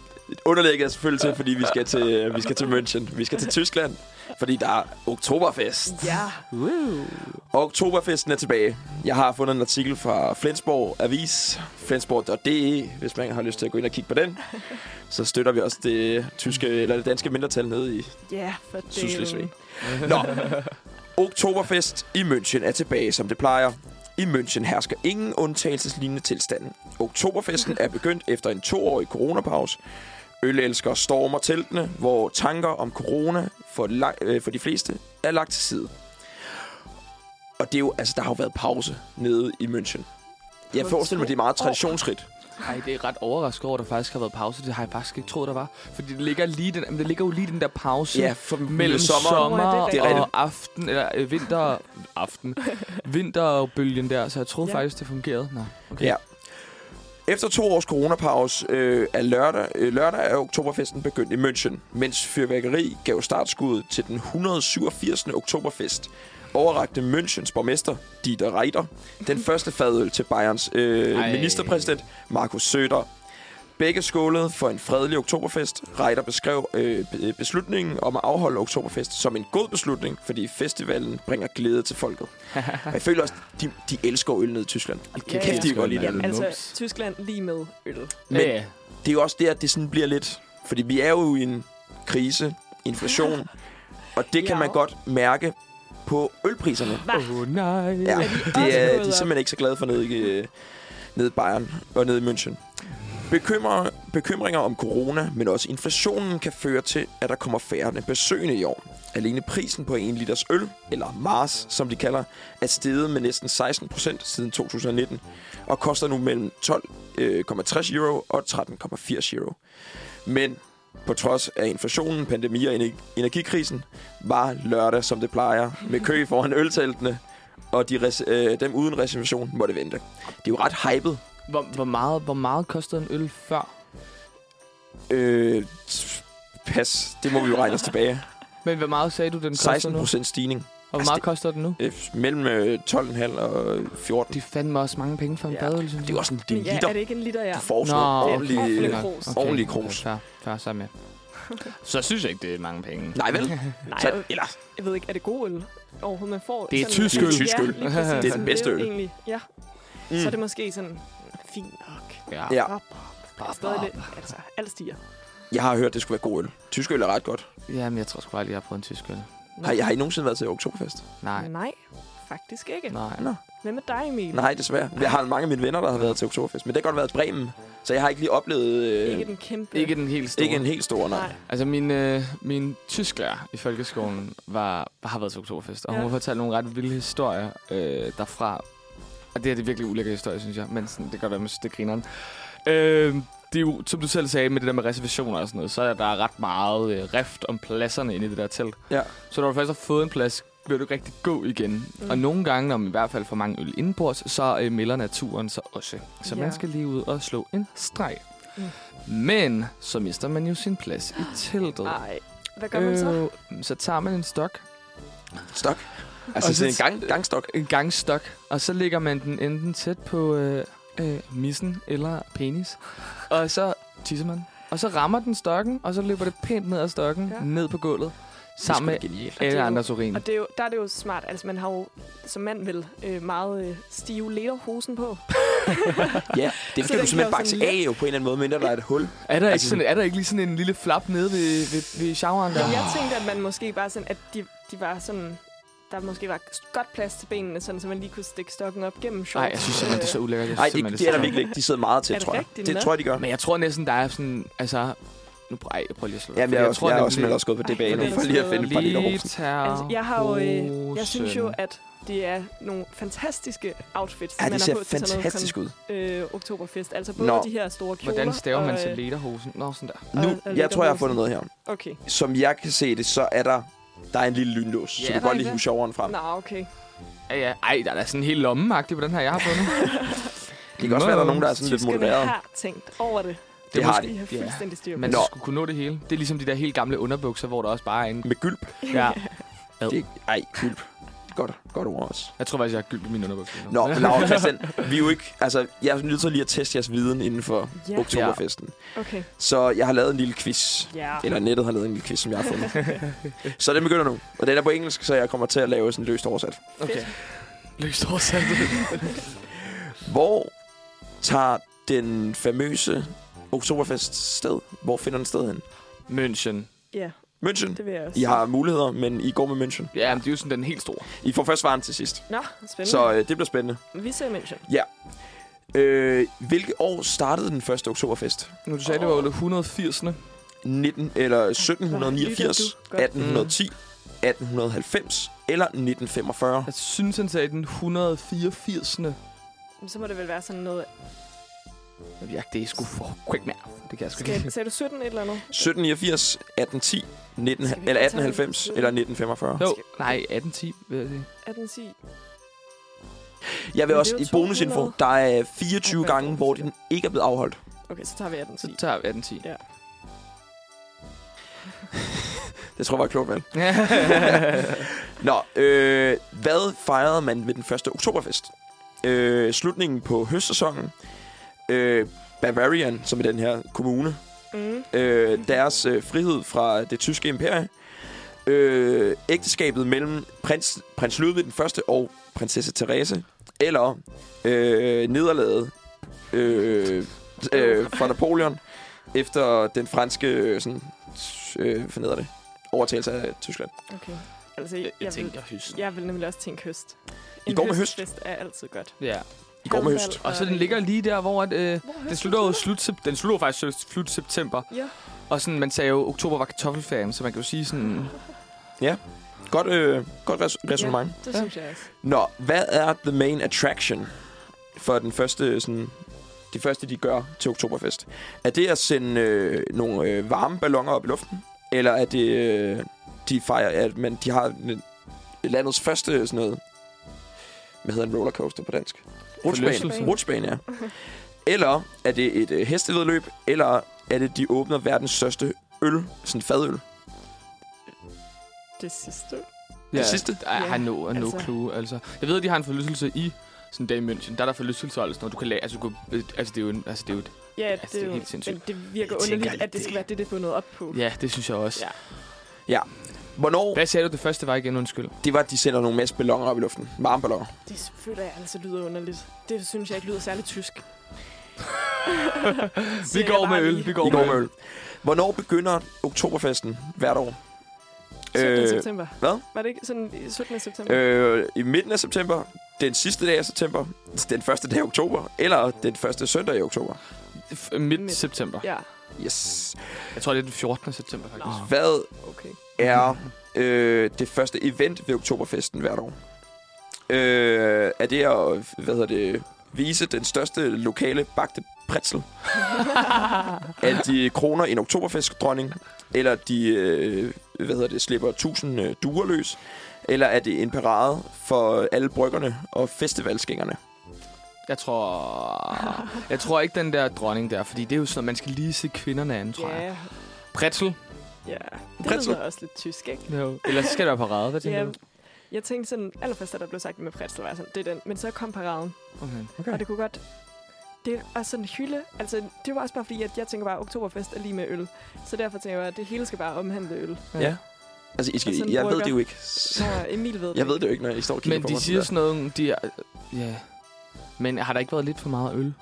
underlægget er selvfølgelig til, fordi vi skal til, vi skal til München. Vi skal til Tyskland, fordi der er Oktoberfest. Ja. Woo. Oktoberfesten er tilbage. Jeg har fundet en artikel fra Flensborg Avis, flensborg.de, hvis man har lyst til at gå ind og kigge på den. Så støtter vi også det, tyske, eller det danske mindretal nede i Ja, for det. Sydslesvig. Nå, Oktoberfest i München er tilbage, som det plejer. I München hersker ingen undtagelseslignende tilstande. Oktoberfesten er begyndt efter en toårig coronapause. Ølelskere stormer teltene, hvor tanker om corona for, la- øh, for de fleste er lagt til side. Og det er jo, altså, der har jo været pause nede i München. Jeg På forestiller mig, to det er meget år. traditionsrigt. Ej, det er ret overrasket over, at der faktisk har været pause. Det har jeg faktisk ikke troet, der var. Fordi det ligger, lige den, men det ligger jo lige den der pause Ja, for mellem sommer, sommer Nå, ja, og, det er og rigtigt. aften, eller øh, vinter, aften, vinterbølgen der. Så jeg troede Ja. ja. faktisk, det fungerede. Nå, okay. Ja. Efter to års coronapause øh, er lørdag, øh, lørdag er oktoberfesten begyndt i München, mens fyrværkeri gav startskuddet til den 187. oktoberfest. Overrakte Münchens borgmester Dieter Reiter den første fadøl til Bayerns øh, Ej. ministerpræsident Markus Søder. Begge skålede for en fredelig oktoberfest. Reiter beskrev øh, be- beslutningen om at afholde oktoberfest som en god beslutning, fordi festivalen bringer glæde til folket. Og jeg føler også, de, de elsker øl nede i Tyskland. Ja, Ja, ja. Kæft, de kan godt lide det. Ja, Jamen, altså, øh, Mums. Tyskland lige med øl. Men- det er jo også der, at det sådan bliver lidt... Fordi vi er jo i en krise, inflation, og det kan Ja. man godt mærke på ølpriserne. Åh, oh, nej. Ja, også det er, gået de er op? simpelthen ikke så glade for nede i, øh, nede i Bayern og nede i München. Bekymrer, bekymringer om corona, men også inflationen, kan føre til, at der kommer færre besøgende i år. Alene prisen på en liters øl, eller Mars, som de kalder, er steget med næsten 16 procent siden 2019, og koster nu mellem 12,60 euro og 13,80 euro. Men på trods af inflationen, pandemi og ener- energikrisen, var lørdag, som det plejer, med kø foran ølteltene, og de res- øh, dem uden reservation måtte vente. Det er jo ret hypet. Hvor, hvor, meget, hvor meget kostede en øl før? Øh, t- pas, det må vi jo regne os tilbage. Men hvor meget sagde du, den koster 16 nu? Og procent stigning. hvor Altså, meget det- koster den nu? Øh, mellem øh, 12,5 og 14. De fandt mig også mange penge for en Ja. ja. badøl, synes Det er jo også en, det er en Men ja, liter. er det ikke en liter, ja? Du får sådan Nå, noget okay. ordentligt, Ordentlig øh, krus. Okay, ordentlig okay, krus. Fair, fair, så er jeg med. Så synes jeg ikke, det er mange penge. Nej vel? Nej, Så, eller, jeg ved ikke, er det god øl overhovedet, man får? Det er sådan- tysk øl. Det er tysk øl. Ja, lige præcis. Det er den Sådan, bedste jo øl. Egentlig, ja, mm, så er det måske sådan, fint nok. Ja. ja. Op, op, op, stadig lidt, altså, alt stiger. Jeg har hørt, det skulle være god øl. Tysk øl er ret godt. Jamen, jeg tror sgu aldrig, jeg har prøvet en tysk øl. Har, Mm. I- har I nogensinde været til Oktoberfest? Nej. Nej, faktisk ikke. Nej. Nå. Hvem er dig, Emil? Nej, desværre. Jeg har mange af mine venner, der har været til Oktoberfest, men det har godt været Bremen, så jeg har ikke lige oplevet... Øh, Ikke den kæmpe. Ikke den helt store. ikke en helt stor, nej. Nej. Altså, min, øh, min tysklærer i folkeskolen var, har været til oktoberfest, og ja. Ja. hun har fortalt nogle ret vilde historier øh, derfra. Og det her det er virkelig ulækkere historie, synes jeg, men sådan, det kan godt være, man synes, det griner øh, det er jo, som du selv sagde, med det der med reservationer og sådan noget, så er der ret meget øh, rift om pladserne inde i det der telt. Ja. Så når du først har fået en plads, bliver du ikke rigtig god igen. Mm. Mm. Og nogle gange, når man i hvert fald får mange øl indenbords, så øh, melder naturen sig også. Så Ja. man skal lige ud og slå en streg. Mm. Men så mister man jo sin plads i teltet. Nej. Hvad Ah, gør man så? Øh, så tager man en stok, Stok. Altså Og sådan en så- gang, gangstok. en gangstok, og så lægger man den enten tæt på øh, øh, missen eller penis, og så tisser man. Og så rammer den stokken, og så løber det pænt ned ad stokken, ja. Ja. ned på gulvet, sammen med Det er sgu da genialt. det alle er jo- andres urin. Og det er jo, der er det jo smart. Altså, man har jo som mand vel øh, meget øh, stive lederhosen på. Ja, det Så skal det du kan simpelthen jo bakse sådan af jo på en eller anden måde, mindre der er et hul. Er der, ikke Altså- sådan, er der ikke lige sådan en lille flap nede ved, ved, ved showeren der? Men jeg Ah. tænkte, at man måske bare sådan, at de, de var sådan... Der måske var godt plads til benene, sådan, så man lige kunne stikke stokken op gennem shorts. Nej, jeg synes simpelthen, det er så ulækkert. Jeg Nej, synes det, simpelthen, det er så der virkelig ikke. De sidder meget Er tæt, det tror jeg. rigtigt, Det nå? tror jeg, de gør. Men jeg tror næsten, der er sådan, altså... Nu prøver jeg, prøver lige at slå. Jamen, fordi jeg, jeg, også, jeg er nemlig- også, simpelthen også gået på det Ej, bane hvordan for lige at sidder finde et par lille Lige hovsen. terror. Altså, jeg har jo... Øh, jeg synes jo, at det er nogle fantastiske outfits, Ja, man det har ser på til sådan noget fantastisk ud. kon- øh, oktoberfest. Altså både Nå. de her store kjoler... Hvordan staver man og, til øh, lederhosen? Nå, sådan der. og- og Nu, jeg tror, jeg har lækkerhosen. fundet noget her. Okay. Som jeg kan se det, så er der... Der er en lille lynlås, så Ja, du der kan er godt lige det. hive sjoveren frem. Nå, okay. Ja, ja. Ej, der er da sådan en helt lommeagtig på den her, jeg har fundet. Det kan også være, der er nogen, der er sådan lidt Tyskerne modereret. har tænkt over det. Det er har måske- de. De har Ja. fuldstændig styr på Man det. Nå. skulle kunne nå det hele. Det er ligesom de der helt gamle underbukser, hvor der også bare er en... Med gylp. Ja. Det, ej, gylp. Godt, godt ord også. Jeg tror faktisk, jeg har gyldt i mine underbukser. Nå, men Laura og Christian, vi er jo ikke... Altså, jeg er nødt til lige at teste jeres viden inden for Ja, oktoberfesten. okay. Så jeg har lavet en lille quiz. Ja. Eller nettet har lavet en lille quiz, som jeg har fundet. så den begynder nu. Og den er på engelsk, så jeg kommer til at lave sådan løst oversat. Okay. Løst oversat. Hvor tager den famøse Oktoberfest sted? Hvor finder den sted hen? München. Ja, München. det vil jeg også. I har muligheder, men I går med München. Ja, men det er jo sådan den helt store. I får først svaren til sidst. Nå, spændende. Så øh, det bliver spændende. Vi ser München. Øh, hvilket år startede den første Oktoberfest? Nu du sagde, det var jo 180. 19, eller 1789, Hvor lytter du godt. 1810, 1890 eller 1945? Altså- Jeg synes, han sagde den 184. Så må det vel være sådan noget... Ja, det er sgu for quick med. Det kan jeg sgu Skal, ikke. sagde du 17 et eller andet? 1789, 1810, 19, Skal vi ikke eller tage 1890 den? eller 1945? Jo, nej, 1810, vil jeg sige. 18, 10? Jeg vil Men også det er i jo bonusinfo, 200. der er 24 Ja, hvad er gange, hvor den ikke er blevet afholdt. Okay, så tager vi 18, Så 10. tager vi 1810. Ja. Det tror jeg var klogt, vel? Nå, øh, hvad fejrede man ved den første oktoberfest? Øh, slutningen på høstsæsonen. Øh, Bavarian, som er den her kommune, Mm. øh, deres øh, frihed fra det tyske imperie. Øh, ægteskabet mellem prins, prins Ludvig den første og prinsesse Therese. Eller øh, nederlaget øh, øh, fra Napoleon efter den franske øh, sådan, øh, hvad hedder det, overtagelse af Tyskland. Okay. Altså, jeg, jeg, vil, høsten. jeg vil nemlig også tænke høst. I går med høst. høstfest er altid godt. Ja. I går med høst. Håndbold Og så den ligger lige der, hvor at, øh, Hvor er den høsten slutter jo henne? slut, sep- den slutter jo faktisk slut- slut september. Ja. Og sådan, man sagde jo, oktober var kartoffelferien, så man kan jo sige sådan... Godt, øh, godt res- resonemang. Det Ja. synes jeg også. Ja. Nå, hvad er the main attraction for den første, sådan, det første, de gør til Oktoberfest? Er det at sende øh, nogle øh, varme ballonger op i luften? Eller er det, øh, de fejrer, at man, de har n- landets første sådan noget, hvad hedder en rollercoaster på dansk? Forlystelse. Rutschbane. Rutschbane, ja. Eller er det et øh, hestevedløb? Eller er det, de åbner verdens største øl, sådan fadøl? Det sidste. Det sidste? Ej, jeg har no, no altså. altså. clue, altså. Jeg ved, at de har en forlystelse i sådan der i München. Der er der forlystelser og sådan noget. Du kan lage, altså, du kan, altså det er jo, en, altså, det er jo et, Ja, Altså, det, det er er jo, helt sindssygt. men det virker Jeg tænker, underligt, at det det- skal være det, det er bundet op på. ja, det synes jeg også. Ja. Ja. Hvornår Hvad sagde du, det første var igen, undskyld? det var, at de sender nogle masse ballonger op i luften. Varme ballonger. Det føler jeg altså lyder underligt. Det synes jeg ikke lyder særlig tysk. Vi Siger jeg går bare med lige. øl, vi går, I går med øl. Hvornår begynder oktoberfesten hvert år? 17. Øh, september. hvad? Var det ikke sådan i 17. september? Øh, I midten af september, den sidste dag af september, den første dag af oktober, eller den første søndag i oktober. F- øh, Midt Midt. september. Ja, Yes. Jeg tror, det er den 14. september, faktisk. Nå. Hvad okay. er øh, det første event ved Oktoberfesten hvert år? Øh, er det at hvad hedder det, vise den største lokale bagte pretzel? er de kroner en oktoberfestdronning? Eller de øh, hvad hedder det, slipper tusind øh, duer løs? Eller er det en parade for alle bryggerne og festivalsgængerne? Jeg tror... Jeg tror ikke, den der dronning der, fordi det er jo sådan, at man skal lige se kvinderne an, tror jeg. Ja, Pretzel. ja. Det Pretzel. lyder også lidt tysk, ikke? No. Eller så skal der være parade, hvad tænker Ja, du? jeg tænkte sådan, allerførst, da der blev sagt det med pretzel, var jeg sådan, det er den. Men så kom paraden, Okay. Okay. og det kunne godt... Det er også sådan en hylde. Altså, det var også bare fordi, at jeg tænker bare, at oktoberfest er lige med øl. Så derfor tænker jeg bare, at det hele skal bare omhandle øl. Ja. Altså, I skal, Og sådan jeg ved brygger. det jo ikke. Når Emil ved det. Jeg ved det jo ikke, når I står og kigger Men på de mig. siger sådan sådan noget, de er, ja. Men har der ikke været lidt for meget øl?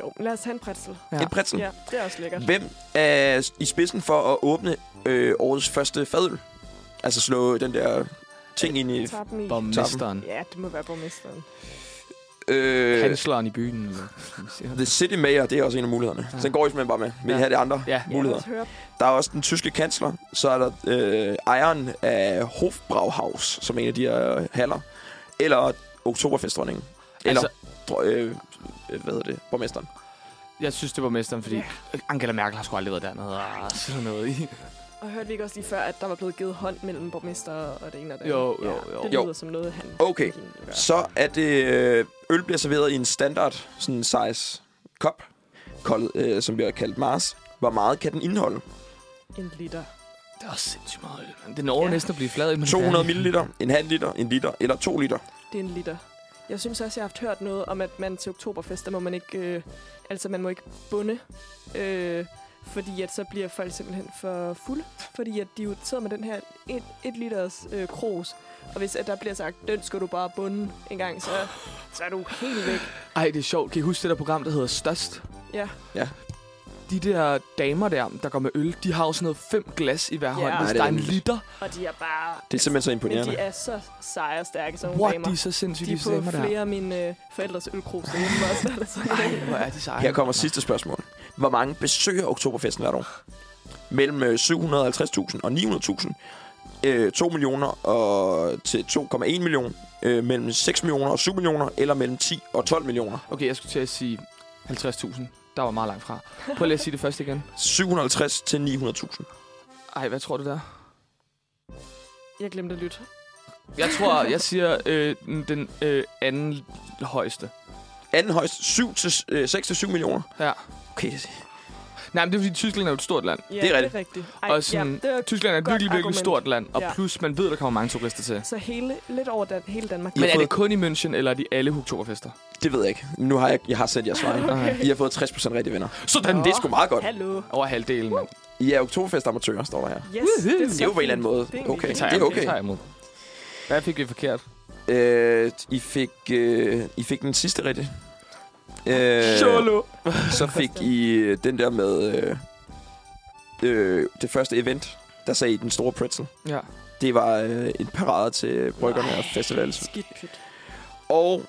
Jo, men lad os have en pretzel. der. Ja. En pretzel. Ja, det er også lækkert. Hvem er i spidsen for at åbne øh, årets første fadøl? Altså slå den der ting ind i... Tager den i. Borgmesteren. Ja, det må være borgmesteren. Øh, Kansleren i byen. Eller, sådan, The City Mayor, det er også en af mulighederne. Ja. Så den går I simpelthen bare med. Vil I Ja. have det andre? ja. Ja, Muligheder. lad os høre. Der er også den tyske kansler. Så er der øh, ejeren af Hofbrauhaus, som er en af de her øh, haller. Eller Oktoberfestdronningen. Eller Altså, dro- øh, øh, hvad hedder det? Borgmesteren. jeg synes, det var mesteren, fordi Angela Merkel har sgu aldrig været dernede og sådan noget i. Og hørte vi ikke også lige før, at der var blevet givet hånd mellem borgmester og det ene og det andet? Jo, jo, jo. Ja, det Jo. lyder som noget, han... Okay. han ville gøre. Så er det... Øh, øl bliver serveret i en standard sådan size kop, kold, øh, som bliver kaldt Mars. Hvor meget kan den indeholde? En liter. Det er også sindssygt meget øl, mand. Den når ja. Ja. næsten at blive flad. inden man er 200 færdig. ml, en halv liter, en liter eller to liter. Det er en liter. Jeg synes også, jeg har haft hørt noget om, at man til oktoberfest, der må man ikke... Øh, altså, man må ikke bunde. Øh, fordi at så bliver folk simpelthen for fulde. Fordi at de jo sidder med den her et, et liters øh, krus. Og hvis at der bliver sagt, den skal du bare bunde en gang, så, så er du helt væk. Ej, det er sjovt. Kan I huske det der program, der hedder Størst? Ja. Ja. De der damer der, der går med øl, de har jo sådan noget fem glas i hver Ja. hånd, Ej, hvis det der er er en vildt. liter. Og de er bare... Det er simpelthen så Men de imponerende. er så seje og stærke, som What, damer. de er så sindssygt, De de, er på damer der. flere af mine øh, forældres ølkrus derhjemme også. Eller sådan Ej, hvor noget. er de seje. Her kommer sidste spørgsmål. Hvor mange besøger Oktoberfesten hvert år? Mellem øh, 750.000 og 900.000. Øh, 2 millioner og til 2,1 millioner. Øh, mellem 6 millioner og 7 millioner. Eller mellem 10 og 12 millioner. Okay, jeg skulle til at sige 50.000. Der var meget langt fra. Prøv lige at sige det først igen. 750 til 900.000. Ej, hvad tror du der? Jeg glemte at lytte. Jeg tror, jeg siger øh, den øh, anden højeste. Anden højst 7 til, øh, 6 til 7 millioner. Ja. Okay, Nej, men det er fordi, Tyskland er jo et stort land. Ja, Det er Det er rigtigt. Ej, Og sådan- ja, det var, Tyskland er et Godt virkelig, virkelig argument. stort land, og Ja. plus man ved, der kommer mange turister til. så hele, lidt over Dan, hele Danmark. Men har er fået- det kun i München, eller er de alle oktoberfester? det ved jeg ikke. Nu har jeg, jeg har sendt jer svar. Okay. I har fået 60% rigtige venner. Sådan, Det er sgu meget godt. Hallo. Over halvdelen, mand. I er Oktoberfest-amatører, står der her. Yes, Woohoo. det, Det er jo på en eller anden måde. Okay, Det det tager er okay. tager jeg imod. Hvad fik vi forkert? Øh, I, fik, øh, I fik den sidste rigtige. Øh, så fik I øh, den der med øh, øh, det første event, der sagde I den store pretzel. Ja. Det var øh, en parade til bryggerne og festivals. Skidt pyt. Og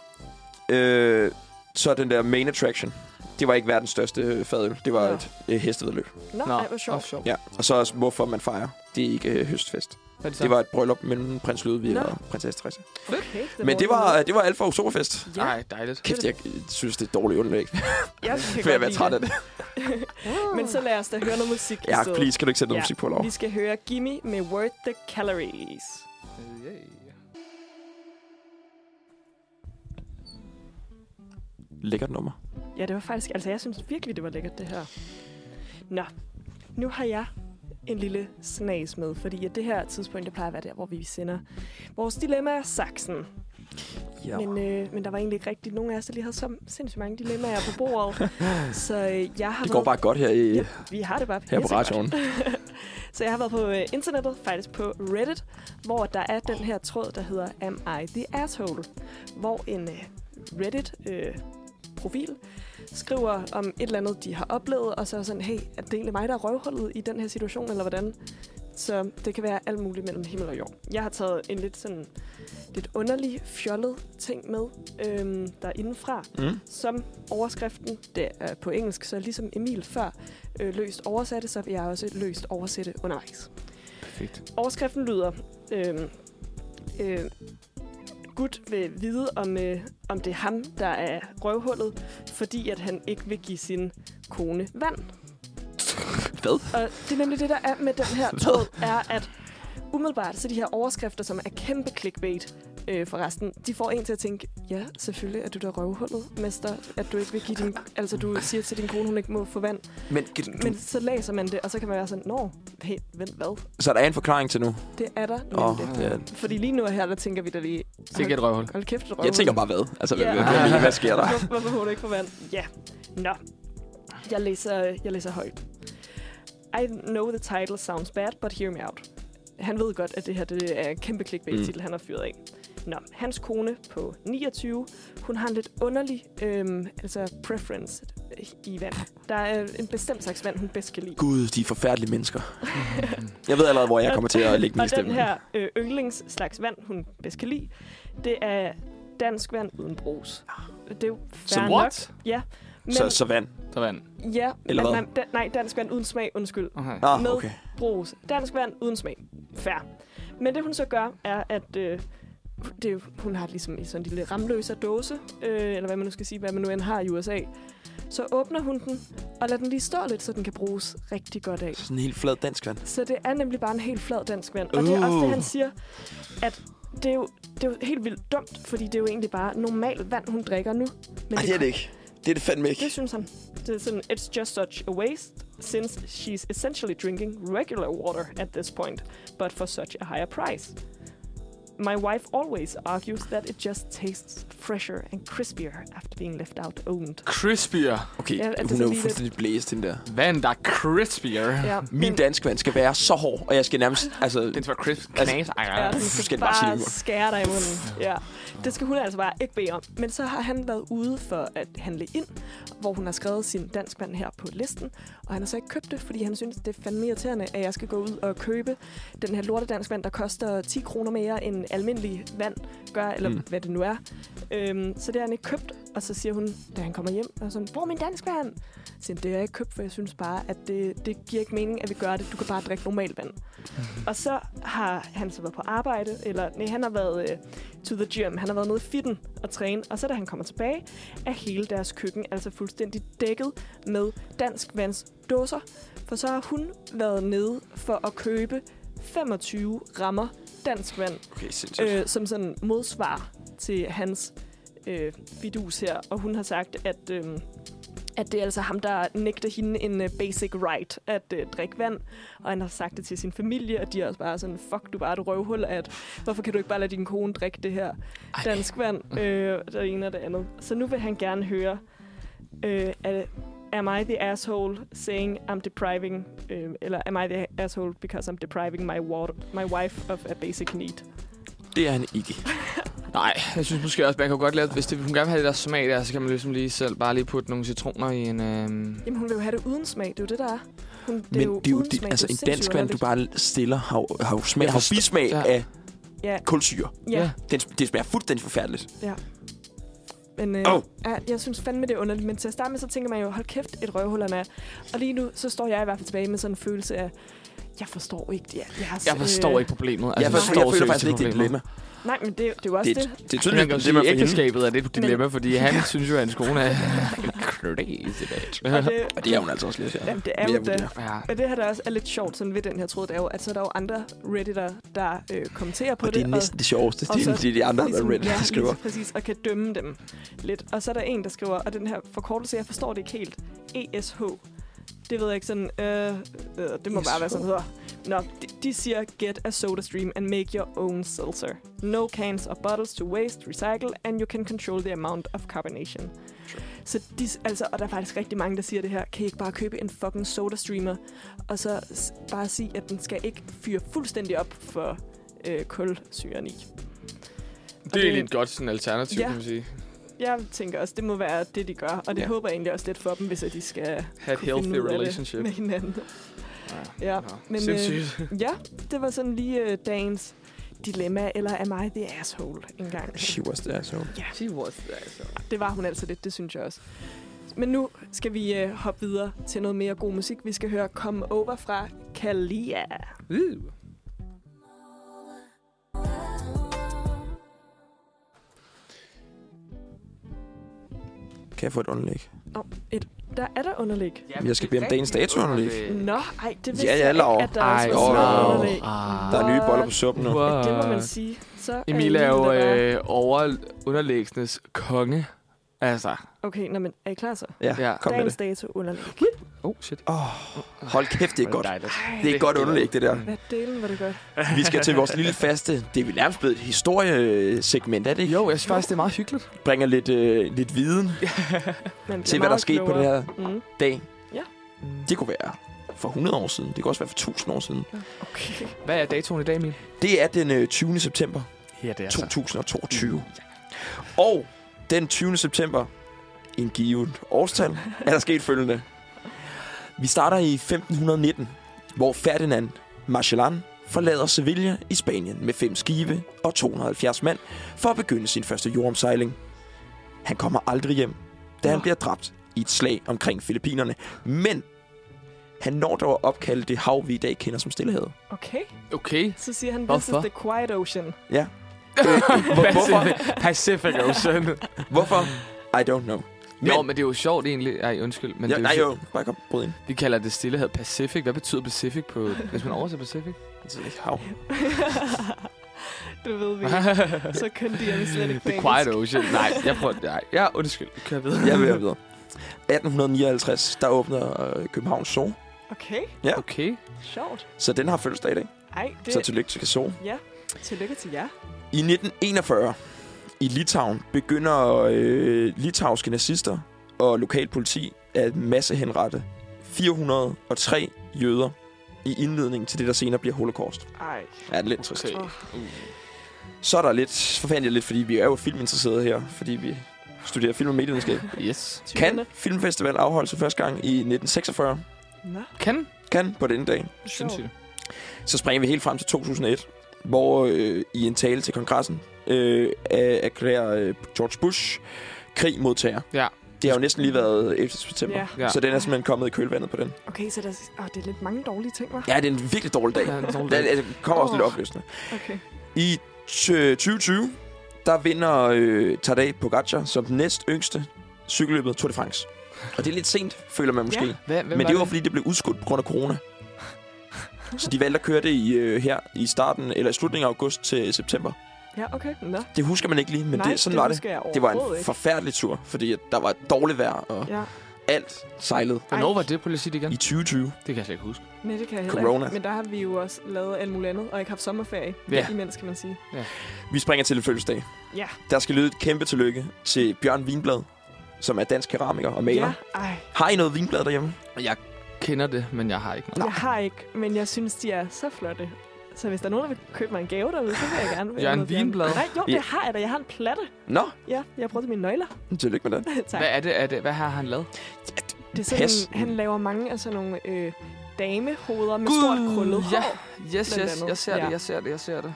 øh, så den der main attraction. Det var ikke verdens største øh, fadøl. Det var Nå. et øh, hestevedløb. Nå, Nå. Ej, hvor åh, sjovt. sjovt. Ja. Og så også, hvorfor man fejrer. Det er ikke øh, høstfest. Hvad er det så? Det var et bryllup mellem prins Ludvig Nå. og prinsesse Teresa. Okay, Men det var, øh, det var alt for Oktoberfest. Ja, Nej, dejligt. Kæft, jeg øh, synes, det er et dårligt underlæg. jeg kan Jeg godt være lide træt af det. Men så lad os da høre noget musik i Ja, stedet. please, kan du ikke sætte noget Ja. musik på, Laura? Vi skal høre Gimme med Worth the Calories. Lækkert nummer. Ja, det var faktisk... Altså, jeg synes virkelig, det var lækkert, det her. Nå, nu har jeg en lille snas med, fordi at det her tidspunkt, det plejer at være der, hvor vi sender vores dilemma er saksen. Ja. Men, øh, men der var egentlig ikke rigtig nogen af os, der lige havde så sindssygt mange dilemmaer på bordet. så øh, jeg har Det går været- bare godt her, i, Ja, vi har det bare her på pissegodt. radioen. Så jeg har været på øh, internettet, faktisk på Reddit, hvor der er den her tråd, der hedder Am I the Asshole? Hvor en øh, Reddit-profil skriver om et eller andet, de har oplevet, og så er sådan, hey, er det egentlig mig, der er røvhullet i den her situation, eller hvordan? Så det kan være alt muligt mellem himmel og jord. Jeg har taget en lidt sådan lidt underlig, fjollet ting med, øhm, der er indenfra, Mm. som overskriften, det er på engelsk, så ligesom Emil før øh, løst oversatte, så vil jeg også løst oversætte undervejs. Perfekt. Overskriften lyder, øh, øh, Gud vil vide, om, øh, om det er ham, der er røvhullet, fordi at han ikke vil give sin kone vand. Hvad? Og det er nemlig det, der er med den her tråd, er, at umiddelbart så de her overskrifter, som er kæmpe clickbait øh, for resten, de får en til at tænke, ja, selvfølgelig er du der røvhullet, mester, at du ikke vil give din... Altså, du siger til din kone, hun ikke må få vand. Men, kan du, Men så læser man det, og så kan man være sådan, nå, hey, vent, hvad? så der er en forklaring til nu? Det er der nemlig. Åh, Oh. oh, ja. Fordi lige nu her, der tænker vi da lige... Sikkert et røvhul. Hold kæft, et Jeg røvhul. tænker bare, hvad? Altså, Ja. yeah. hvad, hvad, hvad sker der? Hvorfor- Hvorfor får du ikke for vand? Ja. Nå. Jeg læser, jeg læser højt. I know the title sounds bad, but hear me out. Han ved godt, at det her det er en kæmpe clickbait-titel, mm. han har fyret af. Nå, hans kone på 29, hun har en lidt underlig øhm, altså preference i vand. Der er en bestemt slags vand, hun bedst kan lide. Gud, de er forfærdelige mennesker. Jeg ved allerede, hvor jeg kommer til at lægge min Og den stemme. her øh, yndlings slags vand, hun bedst kan lide, det er dansk vand uden brus. Det er jo Så fair nok. what? Men, Så, så vand. Der var en. Ja, Eller men hvad? man, da, nej, dansk vand uden smag, undskyld. Okay. Ah, Med- okay. Brus. Dansk vand uden smag. Fair. Men det hun så gør, er at... Øh, det, er jo- hun har ligesom i sådan en lille ramløser dåse, øh, eller hvad man nu skal sige, hvad man nu end har i USA. Så åbner hun den, og lader den lige stå lidt, så den kan bruges rigtig godt af. Sådan en helt flad dansk vand. Så det er nemlig bare en helt flad dansk vand. Og det er også det, Uh. han siger, at det er, jo, det er jo helt vildt dumt, fordi det er jo egentlig bare normal vand, hun drikker nu. Men Nej, det er det ikke. Det er det fandme ikke. Det synes han. Det er sådan, it's just such a waste, since she's essentially drinking regular water at this point, but for such a higher price. My wife always argues that it just tastes fresher and crispier after being left out owned. Crispier. Okay, Ja, altså ja, hun er sådan jo lige lidt- fuldstændig blæst, den der. Vand, der er crispier. Ja, Min danskvand skal være så hård, og jeg skal nærmest... Altså, Den var crisp. Altså- Knas. Ej, Ja, ej. den skal skal den bare sige bare det i munden. skære dig i munden. Ja. Det skal hun altså bare ikke bede om. Men så har han været ude for at handle ind, hvor hun har skrevet sin danskmand her på listen. Og han har så ikke købt det, fordi han synes, det er fandme irriterende, at jeg skal gå ud og købe den her lorte danskmand, der koster 10 kroner mere end almindelig vand gør, eller Mm. mm. hvad det nu er. Øhm, så det har han ikke købt, og så siger hun, da han kommer hjem, og sådan, hvor er min danskvand? Så siger han, det har jeg ikke købt, for jeg synes bare, at det, det giver ikke mening, at vi gør det. Du kan bare drikke normal vand. Og så har han så været på arbejde, eller nej, han har været øh, to the gym, han har været nede i fitten og træne, og så da han kommer tilbage, er hele deres køkken altså fuldstændig dækket med dansk vands dåser, for så har hun været nede for at købe 25 rammer dansk vand, okay, sindssygt. øh, som sådan modsvar til hans øh, bidus her, og hun har sagt, at... Øh, at det er altså ham, der nægter hende en øh, basic right at øh, drikke vand. Og han har sagt det til sin familie, og de er også bare sådan, fuck, du er bare et røvhul, at hvorfor kan du ikke bare lade din kone drikke det her dansk vand, øh, det ene og det andet. Så nu vil han gerne høre, øh, at, am I the asshole saying I'm depriving, øh, eller am I the asshole because I'm depriving my, water, my wife of a basic need? det er han ikke. Nej, jeg synes måske også, man kan godt lave, hvis det, hun gerne vil have det der smag der, så kan man ligesom lige selv bare lige putte nogle citroner i en... Øhm, Jamen, hun vil jo have det uden smag, det er jo det, der er. Hun, det Men er jo det er jo uden det, smag, altså det er en sindssygt dansk vand, du underligt. bare stiller, har, jo- har jo smag, Jeg har jo forstår- bismag Ja. af Ja, kulsyre. ja. Den, det smager fuldstændig forfærdeligt. Men øh, Au. oh. jeg, jeg synes fandme, det er underligt. Men til at starte med, så tænker man jo, hold kæft, et røvhul han er. Og lige nu, så står jeg i hvert fald tilbage med sådan en følelse af, jeg forstår ikke det. Jeres, Jeg forstår øh, ikke problemet. Jeg, forstår, jeg føler seriøst faktisk ikke, det er et dilemma. Nej, men det, det er jo også Det, det. det er Man kan tydeligt, jo det sige, er at for hende. ægteskabet er lidt et dilemma, fordi han synes jo, at hans kone er crazy Og bitch. det, Og det er hun altså også lidt, ja. Jamen, det er Vil jo jeg vurdere. det. Ja. Men det her, der også er lidt sjovt sådan ved den her tråd, det er jo, at så er der jo andre redditor, der øh, kommenterer på Og det er næsten det sjoveste, og det er så- de, de andre, der ligesom- Reddit ja, lige skriver. præcis, og kan dømme dem lidt. Og så er der en, der skriver, og den her forkortelse, jeg forstår det ikke helt, ESH. Det ved jeg ikke sådan, øh, øh, det må E bare være sådan, det hedder. Nå, de, de siger, get a soda stream and make your own seltzer. No cans or bottles to waste, recycle, and you can control the amount of carbonation. Sure. Så de, altså, og der er faktisk rigtig mange, der siger det her, kan I ikke bare købe en fucking soda streamer, og så s- bare sige, at den skal ikke fyre fuldstændig op for øh, kulsyren i. Det er egentlig et godt sådan, alternativ, Ja. kan man sige. Jeg tænker også, det må være det, de gør. Og det Ja. håber jeg egentlig også lidt for dem, hvis at de skal Have et kunne healthy finde ud af det relationship. med hinanden. Ja, men, øh, Sindssygt. Øh, Ja, det var sådan lige øh, dagens dilemma, eller er mig the asshole engang. She was the asshole. She was altså. Det var hun altså lidt, det synes jeg også. Men nu skal vi øh, hoppe videre til noget mere god musik. Vi skal høre Come Over fra Kalia. Uh. Kan jeg få et underlæg? Der er der underlæg. men jeg skal bede om dagens datounderlæg. Nå, ej, det vidste Ja, ja, jeg Laura. ikke, at der Ej, åh, også var åh, oh, underlæg. Ah. Der er nye boller på suppen nu. Ja, det må man sige. Så er Emil er jo der bare- øh, over underlægsenes konge. Altså, Okay, nå, men er I klar så? Ja, Ja. ja. kom med Dagens det. dato underlæg. oh shit. Hold kæft, det er godt. Dejligt. Det er et godt underlæg, det der. Hvad delen var det godt? Vi skal til vores lille faste, det er vi nærmest blevet et historiesegment, er det ikke? Jo, jeg synes faktisk, det er meget hyggeligt. Bringer lidt, øh, lidt viden Man bliver til, hvad der meget er sket på det klogere. her Mm, dag. Ja. Det kunne være for 100 år siden. Det kunne også være for 1000 år siden. okay. Hvad er datoen i dag, Emil? Det er den øh, 20. september Ja, Mm, det 2022. Og den 20. september, i en given årstal, er der sket følgende. Vi starter i 1519, hvor Ferdinand Magellan forlader Sevilla i Spanien med fem skibe og 270 mand for at begynde sin første jordomsejling. Han kommer aldrig hjem, da han bliver dræbt i et slag omkring Filippinerne. Men han når dog at opkalde det hav, vi i dag kender som Stillehavet. Okay, Okay. så siger han, this Hvorfor? is the quiet ocean. Hvor- Hvorfor? Pacific Ocean. Hvorfor? I don't know. Men, jo, men det er jo sjovt egentlig. Ej, undskyld. Men ja, det er nej, jo, jo. Bare kom, bryd ind. sjovt. Vi kalder det stillehed Pacific. Hvad betyder Pacific på... Hvis man oversætter Pacific? Altså, ikke hav. det ved vi. Så køndiger vi slet ikke på The engelsk. Quiet Ocean. Nej, jeg prøver... Nej, ja, undskyld. Kør videre. Jeg vil have videre. 1859, der åbner øh, København Zoo. Okay, Okay. sjovt. Så den har fødselsdag i dag. Ej, det Så tillykke til Zoo. Ja, tillykke til jer. I 1941 i Litauen begynder øh, litauiske nazister og lokal politi at massehenrette 403 jøder i indledningen til det, der senere bliver holocaust. Ej. Ja, det er lidt trist. Okay. Så er der lidt, så fandt jeg lidt, fordi vi er jo filminteresserede her, fordi vi studerer film og medievidenskab. Yes. Kan filmfestival afholdes for første gang i 1946? Nå, Kan? Kan på denne dag. sjovt. Sindssygt. Så springer vi helt frem til 2001, hvor øh, i en tale til kongressen øh, er- erklærer øh, George Bush krig mod terror. Ja. Det har jo næsten lige været 11. september. Ja. Ja. Så den er simpelthen kommet i kølvandet på den. Okay, så der, åh, det er lidt mange dårlige ting, hva'? Ja, det er en virkelig dårlig dag. Ja, en dårlig dag. Den, den kommer også Åh. lidt opløsende. Okay. I t- 2020, der vinder øh, Tadej Pogacar som den næst yngste cykelløbet Tour de France. Og det er lidt sent, føler man måske. Ja. Hvad, hvem Men det var, fordi det blev udskudt på grund af corona. Så de valgte at køre det i, øh, her i starten, eller i slutningen af august til september. Ja, okay. Nå. Det husker man ikke lige, men Nej, det, sådan var det. husker jeg Det var overhovedet en ikke. forfærdelig tur, fordi at der var dårligt vejr, og Ja, alt sejlede Hvornår var det, prøv lige at sige det igen? i 2020. Det kan jeg slet ikke huske. nej, det kan jeg heller Corona. ikke. Men der har vi jo også lavet alt muligt andet, og ikke haft sommerferie Ja. ja. imens, kan man sige. Vi springer til en fødselsdag. Ja. Der skal lyde et kæmpe tillykke til Bjørn Vinblad, som er dansk keramiker og maler. Ja, ej, Har I noget vinblad derhjemme? Jeg kender det, men jeg har ikke noget. Nej. jeg har ikke, men jeg synes, de er så flotte. Så hvis der er nogen, der vil købe mig en gave derude, så vil jeg gerne. Jørgen noget Vinblad. Nej, jo, Ja. det har jeg da. Jeg har en platte. Nå, Ja, jeg har brugt mine nøgler. tillykke med det. tak. Hvad er det, er det? Hvad har han lavet? Det er Pas. sådan, han laver mange af sådan nogle øh, damehoveder med Gud, stort krøllet ja. hår. Yes, Blandt yes. andet. Jeg ser det, Ja. jeg ser det, jeg ser det.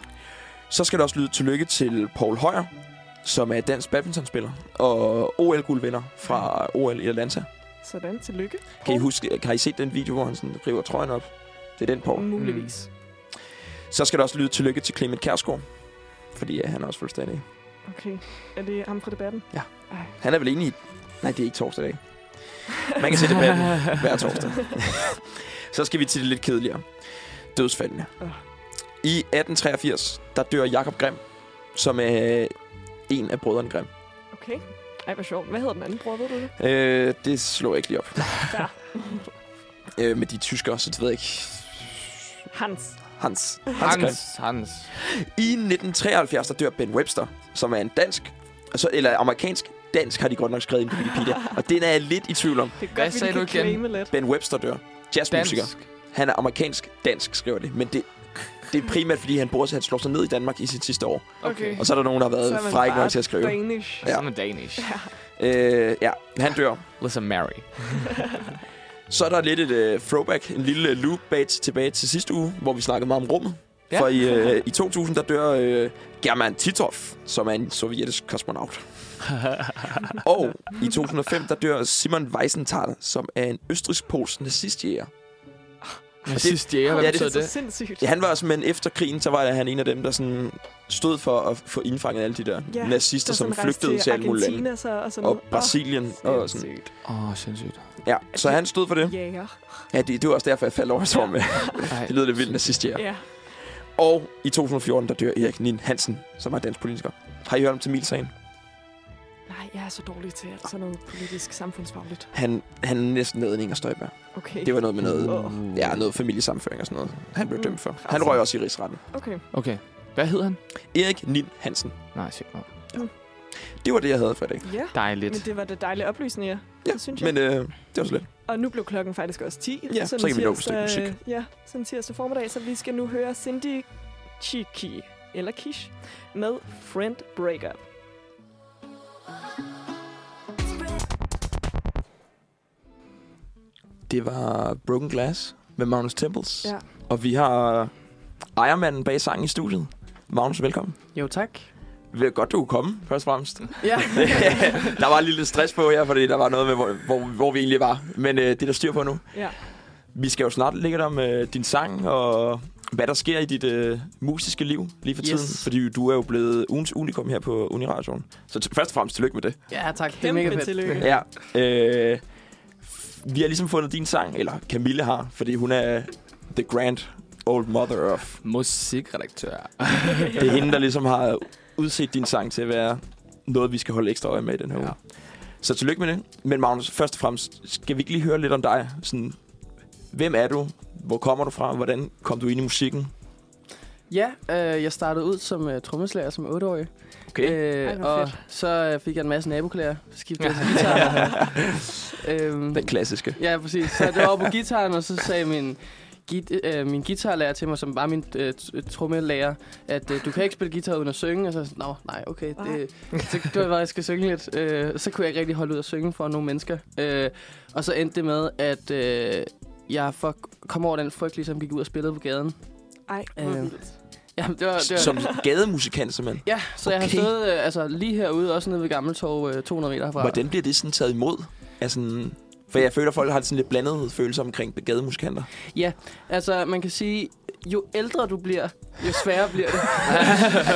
Så skal der også lyde tillykke til Paul Højer, som er dansk badmintonspiller og OL-guldvinder fra OL i Atlanta. Sådan, tillykke. Kan I, huske, kan I se den video, hvor han sådan river trøjen op? Det er den, Paul. Muligvis. Så skal der også lyde tillykke til Clement Kærsgaard, fordi ja, han er også fuldstændig. Okay. Er det ham fra debatten? Ja. Ej. Han er vel enig i... Nej, det er ikke torsdag i dag. Man kan se debatten hver torsdag. Så skal vi til det lidt kedeligere. Dødsfaldene. Åh. I 1883, der dør Jakob Grimm, som er øh, en af brødrene Grimm. Okay. Ej, hvor sjovt. Hvad hedder den anden bror, ved du det? Øh, det slår jeg ikke lige op. Ja. øh, men de er tyskere, så det ved jeg ikke. Hans. Hans. Hans, Grimm. Hans, Hans. I 1973, der dør Ben Webster, som er en dansk, altså, eller amerikansk dansk, har de godt nok skrevet ind på Wikipedia. og den er jeg lidt i tvivl om. Det er godt, Hvad vi lige sagde du kan igen? claime lidt. Ben Webster dør. Jazzmusiker. Dansk. Han er amerikansk-dansk, skriver det. Men det, det er primært, fordi han, bor, han slår sig ned i Danmark i sit sidste år. Okay. Og så er der nogen, der har Så været er man frække bare nok til at skrive. Danish. Ja. Som er danish. Øh, ja, han dør. Listen, Mary. Så er der lidt et øh, throwback, en lille øh, loop bag til, tilbage til sidste uge, hvor vi snakkede meget om rummet. Ja. Ja. For i, øh, i 2000, der dør øh, German Titov, som er en sovjetisk kosmonaut. og i 2005, der dør Simon Weissenthal, som er en østrisk-polsk nazistjæger. Nazist jæger, hvad Ja, ja, det- det er betyder så det? sindssygt. Ja, han var også, men efter krigen, så var han en af dem, der sådan stod for at få indfanget alle de der ja, Ja, nazister, Der som sådan rejste flygtede til, alle mulige lande. Argentina så, og sådan Og noget. Åh, Brasilien og sådan. sindssygt. Åh, oh, sindssygt. Ja, så han stod for det. Jæger. Ja, det, det var også derfor, jeg faldt over som med. Ej. Det lyder lidt vildt nazistjæger. Ja. Og i 2014, der dør Erik Nin Hansen, som er dansk politiker. Har I hørt om Tamil-sagen? Nej, jeg er så dårlig til alt sådan noget politisk samfundsfagligt. Han, han er næsten nede i Inger Støjberg. Okay. Det var noget med noget, Uh. Åh, ja, noget familiesamføring og sådan noget. Han blev Mm, dømt for. Han altså. røg også i rigsretten. Okay. Okay. Hvad hed han? Erik Nin Hansen. Nej, sikkert nok. Det var det, jeg havde for i dag. Ja. Dejligt. Men det var da dejlige oplysninger, Ja, synes jeg. men øh, det var så lidt. Og nu blev klokken faktisk også 10. Ja, så kan vi nå et stykke tirsdag- Ja, sådan tirsdag formiddag, så vi skal nu høre Cindy Chiki, eller Kish, med Friend Breakup. Det var Broken Glass med Magnus Temples. Ja. Og vi har ejermanden bag sangen i studiet. Magnus, velkommen. Jo, tak. Vel, Godt, du kunne komme, først og fremmest. Ja. der var lige lidt stress på her, fordi der var noget med, hvor, hvor, hvor vi egentlig var. Men øh, det er der styr på nu. Ja. Vi skal jo snart ligge om øh, din sang og hvad der sker i dit øh, musiske liv lige for Yes. tiden. Fordi du er jo blevet ugens unikum her på Uniradioen. Så t- først og fremmest tillykke med det. ja, tak. det er Kæmpe mega fedt. tillykke. Ja. Øh, vi har ligesom fundet din sang, eller Camille har, fordi hun er the grand old mother of. Musikredaktør. Det er hende, der ligesom har udset din sang til at være noget, vi skal holde ekstra øje med i den her ja. Ja. uge. Så tillykke med det. Men Magnus, først og fremmest, skal vi ikke lige høre lidt om dig? Sådan, hvem er du? Hvor kommer du fra? Hvordan kom du ind i musikken? Ja, øh, jeg startede ud som øh, trommeslager som 8-årig. Ej, Øh, hvor og fedt. så øh, fik jeg en masse naboklager. Skiftede til guitar. øhm, Den klassiske. ja, præcis. Så det var over på gitaren, og så sagde min, git, øh, min guitarlærer til mig, som var min øh, t- trommelærer, at øh, du kan ikke spille guitar uden at synge. Og så var jeg sådan, nå, nej, okay. Det, så det var, hvad jeg skal synge lidt. Øh, så kunne jeg ikke rigtig holde ud at synge for nogle mennesker. Øh, og så endte det med, at øh, jeg for, kom over den frygt, ligesom gik ud og spillede på gaden. Ej, hvor Øh, vildt. Jamen, det var, det var, Som gademusikant, simpelthen. Ja, så okay. jeg har Okay. stået øh, altså, lige herude, også nede ved Gammeltorv, øh, 200 meter herfra. Hvordan bliver det sådan taget imod? Altså, for jeg føler, at folk har sådan lidt blandede følelser omkring gademusikanter. Altså, man kan sige, jo ældre du bliver, jo sværere bliver det.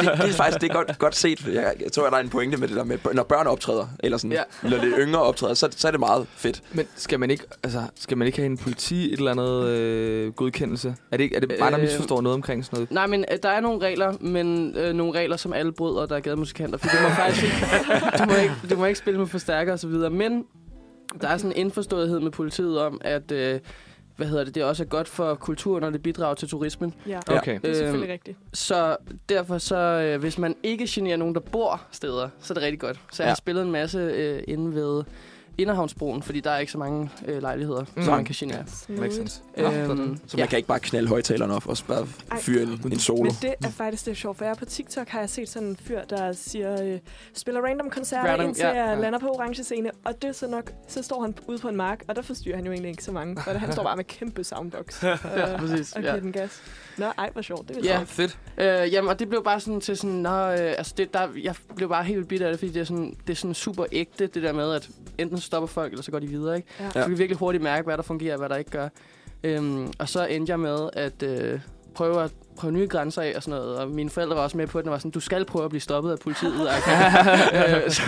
det, det er faktisk det er godt, godt set. Jeg, jeg tror, at der er en pointe med det der med, bør- når børn optræder, eller sådan, ja. Ja. når det yngre optræder, så, så er det meget fedt. Men skal man ikke, altså, skal man ikke have en politi et eller andet øh, godkendelse? Er det, ikke, er det bare, der Øh, misforstår noget omkring sådan noget? Nej, men øh, der er nogle regler, men øh, nogle regler, som alle bryder, der er gademusikanter. For du må faktisk ikke, du må ikke, du må ikke spille med forstærker og så videre. Men der er sådan en indforståethed med politiet om, at... Øh, hvad hedder det, det også er godt for kulturen, og det bidrager til turismen. Ja, Ja. Okay. det er Øhm, selvfølgelig rigtigt. Så derfor så, øh, hvis man ikke generer nogen, der bor steder, så er det rigtig godt. Så jeg Ja. har spillet en masse øh, inde ved Inderhavnsbroen, fordi der er ikke så mange øh, lejligheder, mm. Mm. som man kan genere. Makes Snedigt. sense. Nå, Øhm, Så man ja. kan ikke bare knalde højtalerne op og så bare Ej. fyre en, en solo. Men det er faktisk det er sjovt, for jeg er på TikTok har jeg set sådan en fyr, der siger, øh, spiller random koncerter, random, Random, indtil ja, ja, jeg ja. lander på orange scene, og det er så nok, så står han ude på en mark, og der forstyrrer han jo egentlig ikke så mange, for han står bare med kæmpe soundbox. øh, ja, præcis. og Ja. giver den gas. Nå, ej, hvor sjovt. Det vil Ja. jeg Nå, fedt. Øh, jamen, og det blev bare sådan til sådan, nå, øh, altså det, der, jeg blev bare helt vildt bidt af det, fordi det er, sådan, det er sådan super ægte, det der med, at enten så stopper folk, eller så går de videre, ikke? Ja. Ja. Så du kan virkelig hurtigt mærke, hvad der fungerer, og hvad der ikke gør. Øhm, og så endte jeg med at øh, prøve at prøve nye grænser af og sådan noget, og mine forældre var også med på det, og var sådan, du skal prøve at blive stoppet af politiet. og- øh, så,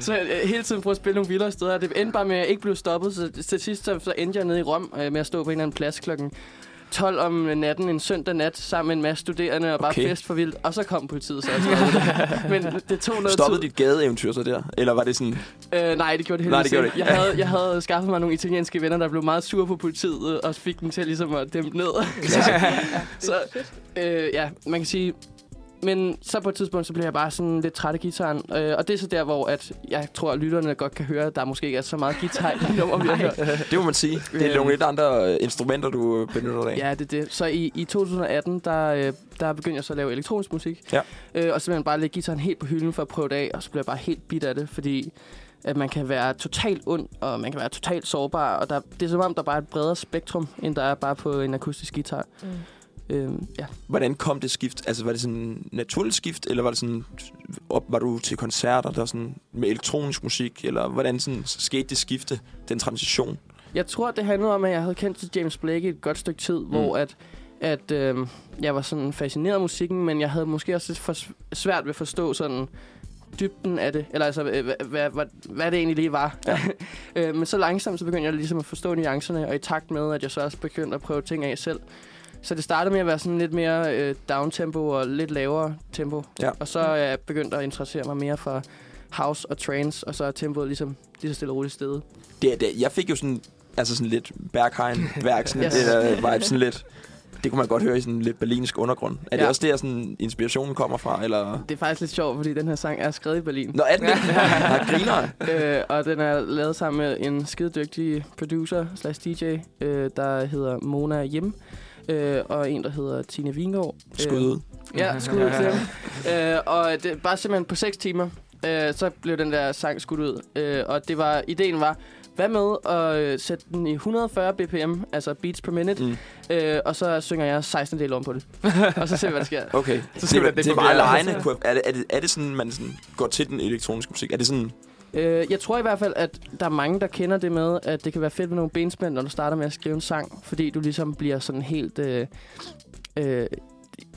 så jeg øh, hele tiden prøve at spille nogle vildere steder, og det endte bare med, at jeg ikke blev stoppet, så til sidst så, så endte jeg nede i Rom øh, med at stå på en eller anden plads klokken 12 om natten, en søndag nat, sammen med en masse studerende og bare Okay. okay. fest for vildt. Og så kom politiet så. og stoppede det. Men det tog noget Stoppede tid. dit gadeeventyr så der? Eller var det sådan... Øh, nej, det gjorde det Nej, det heldigvis gjorde det Jeg havde, jeg havde skaffet mig nogle italienske venner, der blev meget sure på politiet, og fik dem til ligesom at dæmpe ned. så, øh, ja, man kan sige... Men så på et tidspunkt, så blev jeg bare sådan lidt træt af gitaren. Øh, og det er så der, hvor at jeg tror, at lytterne godt kan høre, at der måske ikke er så meget guitar i de numre, vi har hørt. Det må man sige. Det er Øhm. nogle lidt andre øh, instrumenter, du øh, benytter dig af. Ja, det er det. Så i, i 2018, der, øh, der begyndte jeg så at lave elektronisk musik. Ja. Øh, og simpelthen bare lægge gitaren helt på hylden for at prøve det af, og så blev jeg bare helt bit af det, fordi at man kan være totalt ond, og man kan være totalt sårbar, og der, det er som om, der bare er et bredere spektrum, end der er bare på en akustisk guitar. Mm. Øhm, ja. Hvordan kom det skift? Altså, var det sådan et naturligt skift, eller var det sådan... Op, var du til koncerter der sådan, med elektronisk musik, eller hvordan sådan, skete det skifte, den transition? Jeg tror, det handlede om, at jeg havde kendt til James Blake i et godt stykke tid, mm. hvor at, at øh, jeg var sådan fascineret af musikken, men jeg havde måske også lidt for s- svært ved at forstå sådan dybden af det, eller altså, øh, hvad, hvad, hvad, hvad det egentlig lige var. Ja. øh, men så langsomt, så begyndte jeg ligesom at forstå nuancerne, og i takt med, at jeg så også begyndte at prøve ting af selv. Så det startede med at være sådan lidt mere øh, downtempo og lidt lavere tempo. Ja. Og så er jeg begyndt at interessere mig mere for house og trance, og så er tempoet ligesom lige så stille og roligt stedet. Det, det, jeg fik jo sådan, altså sådan lidt Berghain-værk, sådan Yes. yes. lidt uh, vibe, sådan lidt... Det kunne man godt høre i sådan lidt berlinsk undergrund. Er ja. Ja. det også der, sådan, inspirationen kommer fra, eller... Det er faktisk lidt sjovt, fordi den her sang er skrevet i Berlin. Nå, er den det? Ja. griner. øh, og den er lavet sammen med en skide dygtig producer slash DJ, øh, der hedder Mona Hjem. Øh, og en, der hedder Tina Vingård. Øh, Skud ud. Ja, skud ud til dem. Øh, og det, bare simpelthen på 6 timer, øh, så blev den der sang skudt ud. Øh, og det var, ideen var, hvad med at øh, sætte den i 140 bpm, altså beats per minute, Mm. øh, og så synger jeg 16 del om på det. og så ser vi, hvad der sker. Okay. Så skal det, man- det det, det er kommer meget jeg- lejende. Kunne jeg- Er det, er, det, er det sådan, man sådan går til den elektroniske musik? Er det sådan... Øh, jeg tror i hvert fald, at der er mange, der kender det med, at det kan være fedt med nogle benspænd, når du starter med at skrive en sang, fordi du ligesom bliver sådan helt... Øh, øh,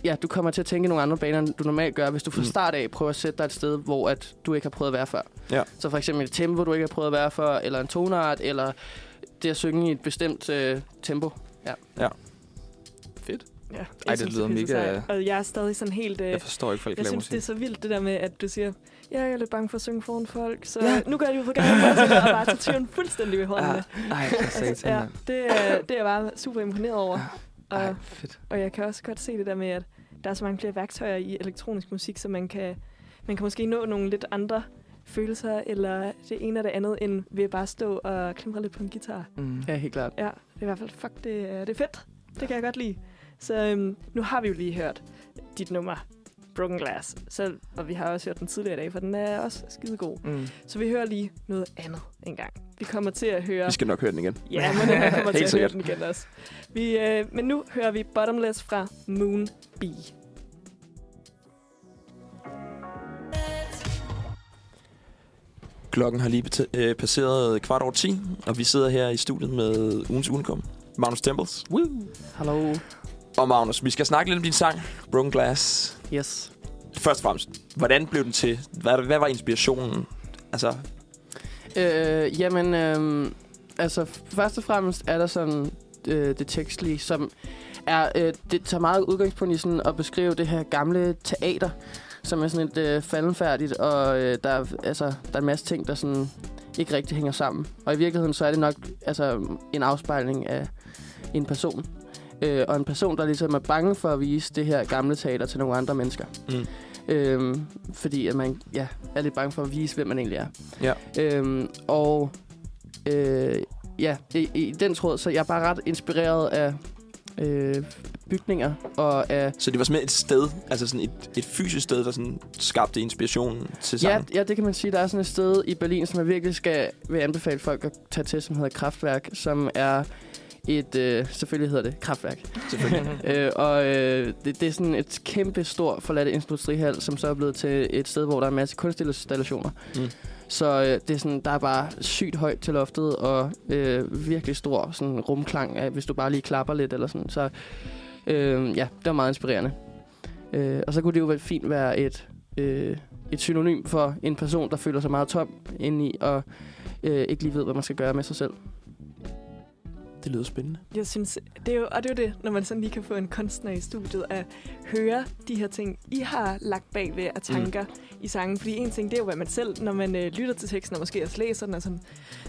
ja, du kommer til at tænke nogle andre baner, end du normalt gør, hvis du fra Mm. start af prøver at sætte dig et sted, hvor at du ikke har prøvet at være før. Ja. Så for eksempel et tempo, du ikke har prøvet at være før, eller en tonart, eller det at synge i et bestemt øh, tempo. Ja, jeg det synes, lyder pisser mega- sejt. Og jeg er stadig sådan helt... Øh, Jeg forstår ikke, folk jeg laver synes, det er musik. så vildt, det der med, at du siger, ja, jeg er lidt bange for at synge foran folk, så ja. nu gør jeg det jo på gang, og så bare tager tyren fuldstændig ved hånden. Ah, nej, for Altså, satan. ja, mand. det, er, det er jeg bare super imponeret over. Ej, Og, fedt. og jeg kan også godt se det der med, at der er så mange flere værktøjer i elektronisk musik, så man kan, man kan måske nå nogle lidt andre følelser, eller det ene og det andet, end ved bare at stå og klimre lidt på en guitar. Mm. Ja, helt klart. Ja, det er i hvert fald, fuck, det er, det er fedt. Det kan jeg godt lide. Så øhm, nu har vi jo lige hørt dit nummer, Broken Glass, så, og vi har også hørt den tidligere i dag, for den er også skidegod. Mm. Så vi hører lige noget andet en gang. Vi kommer til at høre... Vi skal nok høre den igen. Ja, må det være, kommer til Helt at høre sikkert. den igen også. Vi, øh, men nu hører vi Bottomless fra Moon Bee. Klokken har lige beta- øh, passeret kvart over 10, og vi sidder her i studiet med ugens unikum, Magnus Tempels. Hallo. Og Magnus, vi skal snakke lidt om din sang, Broken Glass. Yes. Først og fremmest, hvordan blev den til? Hvad, hvad var inspirationen? Altså, Øh, jamen, øh, altså først og fremmest er der sådan øh, det tekstlige, som er, øh, det tager meget udgangspunkt i sådan at beskrive det her gamle teater, som er sådan et øh, faldenfærdigt, og øh, der, er, altså, der er en masse ting, der sådan ikke rigtig hænger sammen. Og i virkeligheden så er det nok altså, en afspejling af en person. Øh, og en person, der ligesom er bange for at vise det her gamle teater til nogle andre mennesker. Mm. Øh, fordi at man ja, er lidt bange for at vise, hvem man egentlig er. Ja. Øhm, og øh, ja, i, i den tråd, så jeg er bare ret inspireret af øh, bygninger og af... så det var simpelthen et sted, altså sådan et, et fysisk sted, der sådan skabte inspirationen til Ja, sangen. ja, det kan man sige. Der er sådan et sted i Berlin, som jeg virkelig skal, vil anbefale folk at tage til, som hedder Kraftværk, som er et... Øh, selvfølgelig hedder det Kraftværk. Ja. Selvfølgelig. Øh, og øh, det, det er sådan et kæmpe stor forladt industrihal, som så er blevet til et sted, hvor der er en masse kunstinstallationer. Mm. Mm. Så øh, det er sådan, der er bare sygt højt til loftet, og øh, virkelig stor sådan, rumklang, af, hvis du bare lige klapper lidt eller sådan. Så øh, ja, det var meget inspirerende. Øh, og så kunne det jo være fint være et, øh, et synonym for en person, der føler sig meget tom indeni, og øh, ikke lige ved, hvad man skal gøre med sig selv. Det lyder spændende. Jeg synes, det er jo, og det er jo det, når man sådan lige kan få en kunstner i studiet at høre de her ting, I har lagt bagved af tanker mm. i sangen. Fordi en ting, det er jo, hvad man selv, når man øh, lytter til teksten og måske også læser den, er sådan,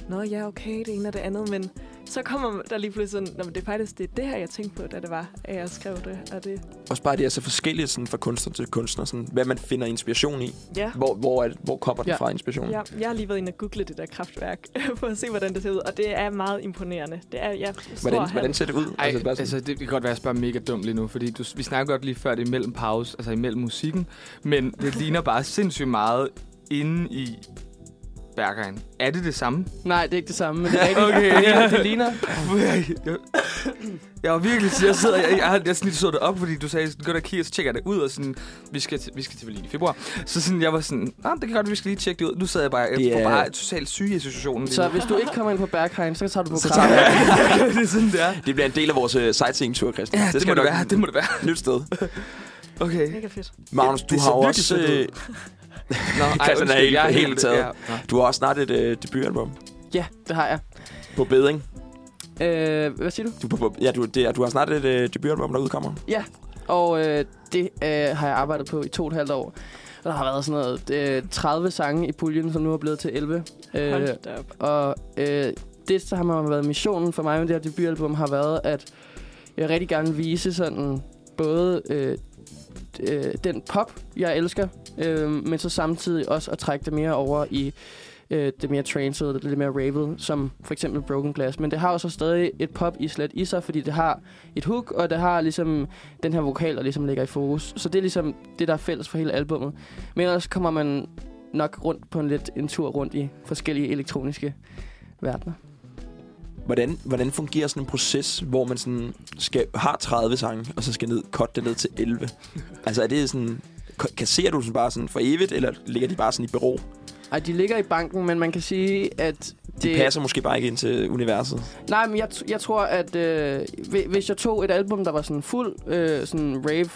nå ja, okay, det ene og det andet, men så kommer der lige pludselig sådan, nå, men det er faktisk det, er det her, jeg tænkte på, da det var, at jeg skrev det, og det, Også bare det er så forskelligt sådan fra kunstner til kunstner, sådan, hvad man finder inspiration i. ja. Hvor, hvor, er, det- hvor kommer den Ja. fra, inspirationen? Ja, jeg har lige været inde og google det der kraftværk, for at se, hvordan det ser ud, og det er meget imponerende. Det er, ja, stor Hvordan, hand. hvordan ser det ud? Ej, altså, altså, bare sådan, altså, det kan godt være, at jeg spørger mega dumt lige nu, fordi du, vi snakker godt lige før, det er imellem pause, altså imellem musikken, men det ligner bare sindssygt meget inde i Berghain. Er det det samme? Nej, det er ikke det samme, men det er rigtigt. Okay. Det ligner- det ligner. jeg, jeg var virkelig... Jeg sidder... Jeg, jeg, jeg, jeg sådan lige så det op, fordi du sagde, sådan, gå der og kigge, og så tjekker jeg det ud, og sådan... Vi skal, til- vi skal til Berlin i februar. Så sådan, jeg var sådan... Ah, det kan godt, vi skal lige tjekke det ud. Nu sad jeg bare... Jeg Det yeah. er- får bare totalt syge i situationen. lige Så nu. hvis du ikke kommer ind på Berghain, så tager du på så Krabbel. tager jeg... det er sådan, det er. Det bliver en del af vores øh, sightseeing-tur, Christian. Ja, det, det må skal det nok- være. Det må det være. Nyt sted. Okay. Mega fedt. Magnus, Det- du det har ser jo virkelig også... fedt ud. Øh, Nå, Christian er undskyld, helt- jeg helt taget. Ja. Nå. du har også snart et øh, debutalbum Ja, det har jeg. på beding. Øh, hvad siger du? Du, er på, på, ja, du, det, er- du har snart et øh, debutalbum, der udkommer. Og øh, det øh, har jeg arbejdet på i to og et halvt år. Og der har været sådan noget øh, 30 sange i puljen, som nu er blevet til 11. Øh, Hold da op. og øh, det, der har været missionen for mig med det her debutalbum, har været, at jeg rigtig gerne vil vise sådan både øh, øh, den pop, jeg elsker, øh, men så samtidig også at trække det mere over i øh, det mere trancede, det lidt mere ravel, som for eksempel Broken Glass. Men det har jo så stadig et pop-islet i sig, fordi det har et hook, og det har ligesom den her vokal, der ligesom ligger i fokus. Så det er ligesom det, der er fælles for hele albummet. Men ellers kommer man nok rundt på en lidt en tur rundt i forskellige elektroniske verdener. Hvordan, hvordan fungerer sådan en proces, hvor man sådan skal, har 30 sange, og så skal ned, cut det ned til 11? altså er det sådan... ka- Kasserer du sådan bare sådan for evigt, eller ligger de bare sådan i bero? Ej, de ligger i banken, men man kan sige, at... De det... passer måske bare ikke ind til universet. Nej, men jeg, t- jeg tror, at øh, hvi- hvis jeg tog et album, der var sådan fuld øh, sådan rave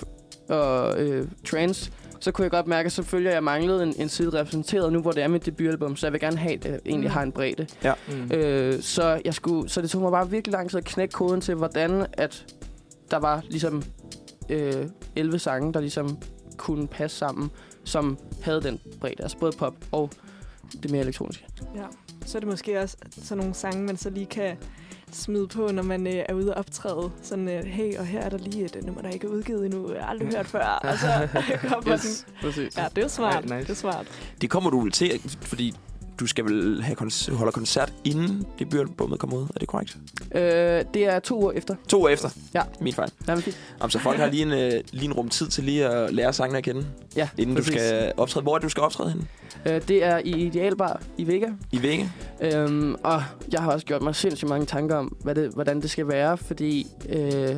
og øh, trance, så kunne jeg godt mærke, at selvfølgelig jeg manglede en, en side repræsenteret nu, hvor det er mit debutalbum, så jeg vil gerne have, at det egentlig har en bredde. Mm. Øh, så, jeg skulle, så det tog mig bare virkelig lang tid at knække koden til, hvordan at der var ligesom øh, 11 sange, der ligesom kunne passe sammen, som havde den bredde, altså både pop og det mere elektroniske. Ja. Så er det måske også sådan nogle sange, man så lige kan smide på, når man øh, er ude og optræde. Sådan, øh, hey, og her er der lige et øh, nummer, der ikke er udgivet endnu. Jeg har aldrig hørt før. Og så kommer yes. den. præcis. Ja, det er jo smart. Ej, nice. nice. Det er smart. Det kommer du vel til, fordi du skal vel have kon- holde koncert, inden debutalbummet kommer ud. Er det korrekt? Øh, det er to år efter. To år efter. Ja. Min fejl. Nej, men fint. Jamen, så folk har lige en, øh, lige en rum tid til lige at lære sangene at kende, Ja, inden præcis. du skal optræde. Hvor er det, du skal optræde henne? Øh, det er i Idealbar i Vega. I Vægge? Øhm, og jeg har også gjort mig sindssygt mange tanker om, hvad det, hvordan det skal være, fordi øh,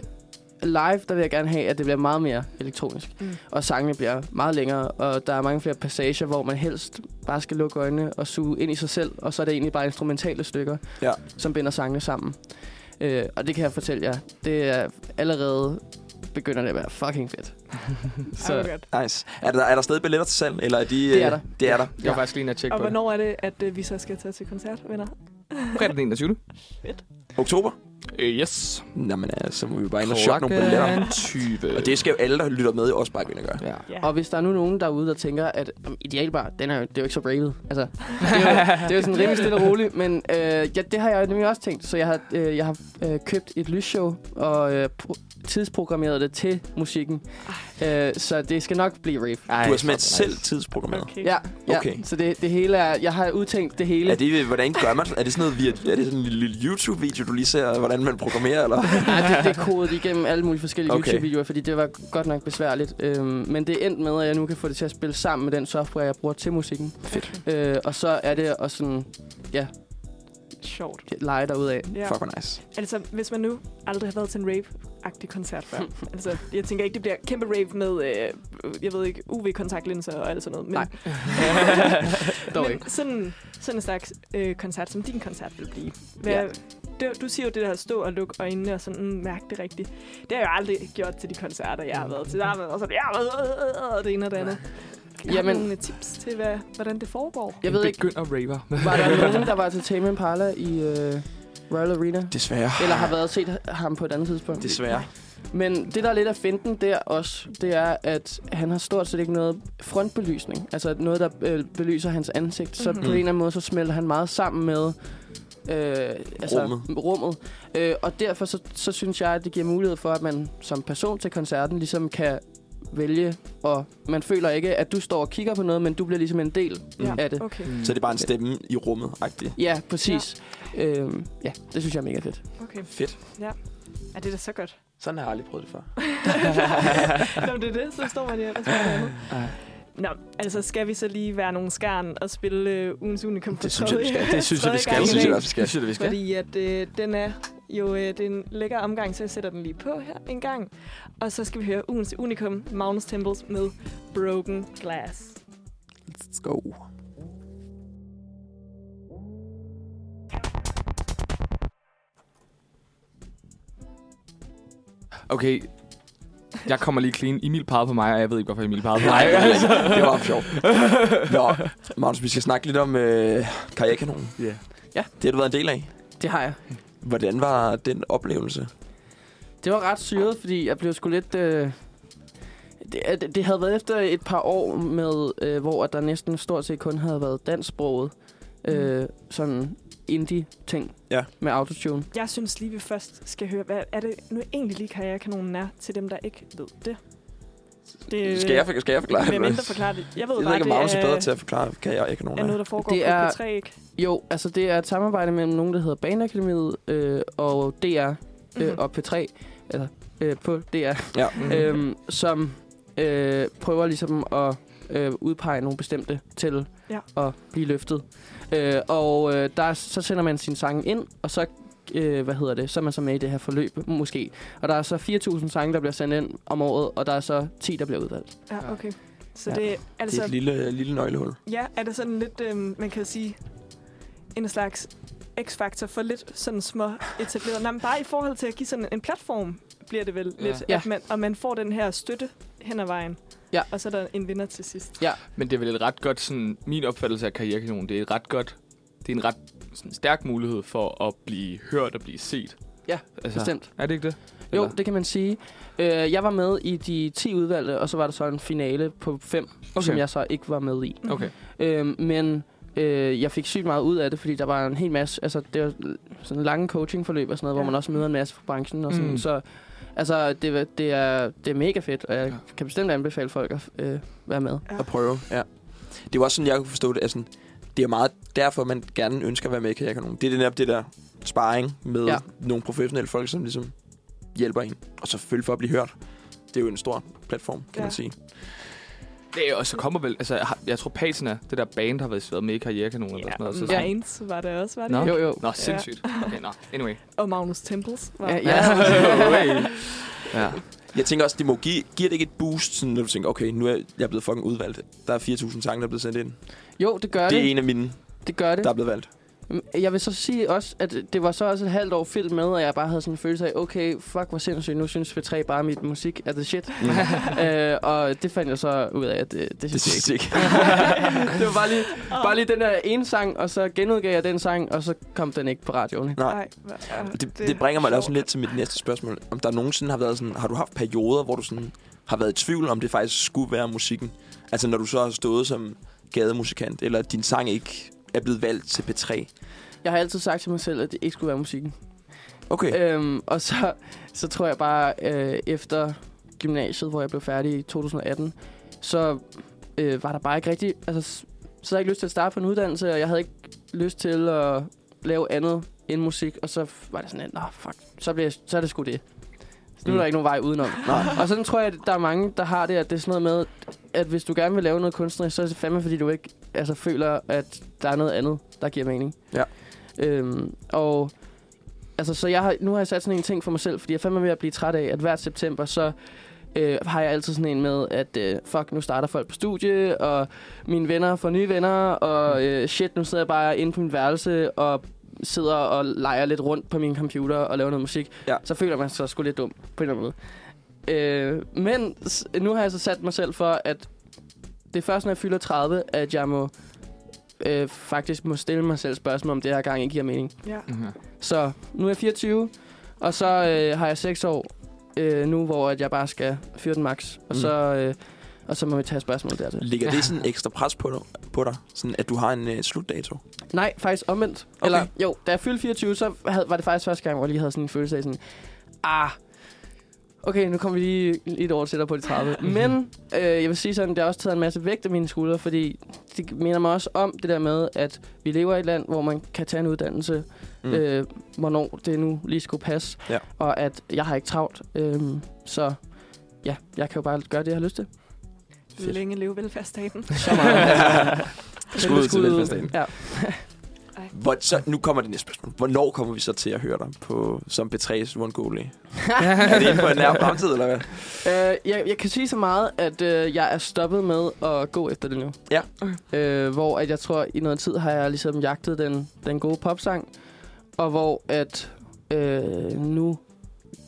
live, der vil jeg gerne have, at det bliver meget mere elektronisk, Mm. mm. og sangene bliver meget længere, og der er mange flere passager, hvor man helst bare skal lukke øjnene og suge ind i sig selv, og så er det egentlig bare instrumentale stykker, Ja. som binder sangene sammen. Øh, og det kan jeg fortælle jer, det er allerede begynder det at være fucking fedt. Så. så godt. Nice. Er der, er der stadig billetter til salg? Eller er de, Det er øh, der. Det er der. Jeg var faktisk lige inde og tjekke Og på det. hvornår er det, at øh, vi så skal tage til koncert, venner? Fredag den 21. Oktober? Øh, yes. Jamen, øh, så må vi bare ind og shoppe nogle billetter. 20. Og det skal jo alle, der lytter med, også bare gå ind og gøre. Ja. Ja. Og hvis der er nu nogen derude, der tænker, at om idealbar, den er, jo- det er jo ikke så bravet. Altså, det, er jo, det er jo sådan rimelig stille og roligt, men øh, ja, det har jeg nemlig også tænkt. Så jeg har, øh, jeg har øh, købt et lysshow og øh, pro- tidsprogrammeret det til musikken. Øh, så det skal nok blive rave. Ej, Du har fuck, simpelthen nice. selv tidsprogrammeret. Okay. Ja, ja. Okay. Okay. så det, det hele er, jeg har udtænkt det hele. Er det, øh, hvordan gør man? Er det sådan, noget, via, er det sådan en lille YouTube-video, du lige ser, hvordan man programmerer? Eller? Nej, det, det er kodet igennem alle mulige forskellige Okay. okay. YouTube-videoer, fordi det var godt nok besværligt. Øhm, men det er endt med, at jeg nu kan få det til at spille sammen med den software, jeg bruger til musikken. Fedt. Øh, og så er det at sådan, Sjovt. lege derudad. Ja. Fuck, hvor nice. Altså, hvis man nu aldrig har været til en rave-agtig koncert før. altså, jeg tænker ikke, det bliver kæmpe rave med, øh, jeg ved ikke, UV-kontaktlinser og alt sådan noget. Men, Nej. Dog ikke. men sådan, sådan en slags øh, koncert, som din koncert vil blive. Hvad, Ja. det, du siger jo det der at stå og lukke øjnene og sådan, mm, mærke det rigtigt. Det har jeg jo aldrig gjort til de koncerter, jeg har været til. Der har været sådan, jeg har været øh, øh, øh, og det ene og det andet. Har du Jamen- nogle tips til, hvad, hvordan det foregår? Jeg ved ikke, Begynder raver. var der nogen, der var til Tame Impala i øh, Royal Arena? Desværre. Eller har været set ham på et andet tidspunkt? Desværre. Men det, der er lidt af finten der også, det er, at han har stort set ikke noget frontbelysning. Altså noget, der øh, belyser hans ansigt. Så Mhm. på en eller anden måde, så smelter han meget sammen med øh, altså, Rummet. rummet. Øh, og derfor så, så synes jeg, at det giver mulighed for, at man som person til koncerten ligesom kan vælge, og man føler ikke, at du står og kigger på noget, men du bliver ligesom en del Ja. af det. Okay, Mm. Så er det bare en stemme i rummet, agtigt. Ja, præcis. Ja. Øhm, ja, det synes jeg er mega fedt. okay. Fedt. Er det da så godt? Sådan har jeg aldrig prøvet det før. Nå, men det er det, så står man jo ellers med noget andet. Nå, altså skal vi så lige være nogle skarn og spille øh, ugens unikum for Det synes jeg, vi skal. Det synes jeg, vi skal. Det synes jeg, i hvert fald, vi vi skal. Det synes jeg, vi skal. skal. Fordi at, øh, den er jo øh, det er en lækker omgang, så jeg sætter den lige på her en gang. Og så skal vi høre ugens unikum, Magnus Temples med Broken Glass. Let's go. Okay, jeg kommer lige clean. Emil pegede på mig, og jeg ved ikke, hvorfor Emil pegede på mig. Nej, det var sjovt. Nå, Magnus, vi skal snakke lidt om øh, karrierekanonen. Ja. Det har du været en del af. Det har jeg. Hvordan var den oplevelse? Det var ret syret, fordi jeg blev sgu lidt... Øh, det, at- det havde været efter et par år, med, øh, hvor at der næsten stort set kun havde været dansksproget. Øh, sådan indie-ting Ja. med autotune. Jeg synes lige, vi først skal høre, hvad er det nu egentlig lige karrierekanonen er, til dem, der ikke ved det. det Skal jeg, skal jeg forklare Øh, Hvem det? mindre forklare det? Jeg ved, Jeg ved bare, ikke, om Magnus det er er, bedre til at forklare karrierekanonen. er noget, er. der foregår Det det er- på P3, ikke? Jo, altså det er et samarbejde mellem nogen, der hedder Baneakademiet øh, og DR øh, Mhm. og P3. Altså, øh, på DR. Ja. øhm, som øh, prøver ligesom at øh, udpege nogle bestemte til Ja. at blive løftet. Øh, og øh, der, så sender man sin sang ind, og så øh, hvad hedder det, så er man så med i det her forløb, måske. Og der er så 4.000 sange, der bliver sendt ind om året, og der er så 10, der bliver udvalgt. Ja, okay. Så Ja. ja. det er altså... Det er et lille, lille nøglehul. Ja, er det sådan lidt, øh, man kan sige, en slags x-faktor for lidt sådan små etableret. Nej, men bare i forhold til at give sådan en platform, bliver det vel Ja. ja. lidt, Ja. at man, og man får den her støtte hen ad vejen. Ja. Og så er der en vinder til sidst. Men det er vel et ret godt, sådan, min opfattelse af karrierekanonen, det er et ret godt, det er en ret sådan, stærk mulighed for at blive hørt og blive set. Ja, altså, Bestemt. Er det ikke det? Jo, Eller? det kan man sige. Øh, jeg var med i de 10 udvalgte, og så var der så en finale på 5, okay. som jeg så ikke var med i. Mhm. Okay. Øh, men øh, jeg fik sygt meget ud af det, fordi der var en hel masse, altså det var sådan lange coachingforløb og sådan noget, ja. hvor Ja. man også møder en masse fra branchen og sådan, Mm. mm. så altså det, var- det, er, det er mega fedt, og jeg Ja. kan bestemt anbefale folk at øh, være med. At prøve, ja. Det var også sådan, jeg kunne forstå det. Altså, det er meget derfor, man gerne ønsker at være med i karrierekanonen. Det er det netop det der sparring med Ja. ja. nogle professionelle folk, som ligesom hjælper en. Og selvfølgelig for at blive hørt. Det er jo en stor platform, kan ja. Ja. man sige. Det er, og så kommer vel, altså, har- jeg tror Patina, det der band, har været været med i karrierekanonen eller sådan noget. Så, Ja, Minds var det også, var det? Nå. ikke? Jo, jo. Nå, sindssygt. Okay, nå. Anyway. Og Magnus Temples var Ja, det. ja. ja. Jeg tænker også, det må give, giver det ikke et boost, sådan, når du tænker, okay, nu er jeg blevet fucking udvalgt. Der er 4.000 sange, der er blevet sendt ind. Jo, det gør Det er det. en af mine, Det gør det. Mm, der er blevet valgt. Jeg vil så sige også, at det var så også et halvt år fyldt med, at jeg bare havde sådan en følelse af, okay, fuck, hvor sindssygt, nu synes P3 bare, at mit musik er the shit. Mm. øh, og det fandt jeg så ud af, at det, det det synes jeg ikke. synes jeg ikke. det var bare lige, bare lige den der ene sang, og så genudgav jeg den sang, og så kom den ikke på radioen. Nej. Ej, hvor er Det, det bringer mig da også lidt til mit næste spørgsmål. Om der nogensinde har været sådan, har du haft perioder, hvor du sådan har været i tvivl om, det faktisk skulle være musikken? Altså når du så har stået som gademusikant, eller din sang ikke er blevet valgt til P3. Jeg har altid sagt til mig selv, at det ikke skulle være musikken. Okay, øh, Øhm, og så, så tror jeg bare, øh, efter gymnasiet, hvor jeg blev færdig i 2018, så øh, var der bare ikke rigtig... Altså, s- så havde jeg ikke lyst til at starte på en uddannelse, og jeg havde ikke lyst til at lave andet end musik. Og så var det sådan, at, nå, fuck, så, blev jeg, så er det sgu det. Nu er Mm. der ikke nogen vej udenom. nej. Og sådan tror jeg, at der er mange, der har det, at det er sådan noget med, at hvis du gerne vil lave noget kunstnerisk, så er det fandme, fordi du ikke altså, føler, at der er noget andet, der giver mening. Ja. Øhm, og altså, så jeg har, nu har jeg sat sådan en ting for mig selv, fordi jeg er fandme ved at blive træt af, at hvert september, så øh, har jeg altid sådan en med, at øh, fuck, nu starter folk på studie, og mine venner får nye venner, og øh, shit, nu sidder jeg bare inde på mit værelse, og sidder og leger lidt rundt på min computer og laver noget musik, Ja. så føler man sig sgu lidt dum på en eller anden måde. Øh, men s- nu har jeg så sat mig selv for, at det er først, når jeg fylder 30, at jeg må øh, faktisk må stille mig selv spørgsmål, om det her gang ikke giver mening. Ja. Mhm. Så nu er jeg 24, og så øh, har jeg 6 år øh, nu, hvor at jeg bare skal fyre den max. Og, Mm. så, øh, og så må vi tage spørgsmål dertil. Ligger det sådan ekstra pres på dig, på dig sådan at du har en øh, slutdato? Nej, faktisk omvendt. Okay. Eller jo, da jeg fyldte 24, så havde, var det faktisk første gang, hvor jeg lige havde sådan en følelse af sådan, ah, okay, nu kommer vi lige lidt over tættere på de 30. Men øh, jeg vil sige sådan, det har også taget en masse vægt af mine skuldre, fordi det minder mig også om det der med, at vi lever i et land, hvor man kan tage en uddannelse, Mm. mm. øh, hvornår det nu lige skulle passe, Ja. og øhm, at jeg har ikke travlt, øh, så ja, jeg kan jo bare gøre det, jeg har lyst til. Fedt. Længe leve velfærdsstaten. Så meget. Skud til velfærdsstaten. Ja. Hvor, så, nu kommer det næste spørgsmål. Hvornår kommer vi så til at høre dig på, som B3's One Goal Day? er det inden for en nær fremtid, eller hvad? Øh, jeg, jeg kan sige så meget, at øh, jeg er stoppet med at gå efter det nu. Ja. Øh, hvor at jeg tror, i noget tid har jeg ligesom jagtet den, den gode popsang, og hvor at øh, nu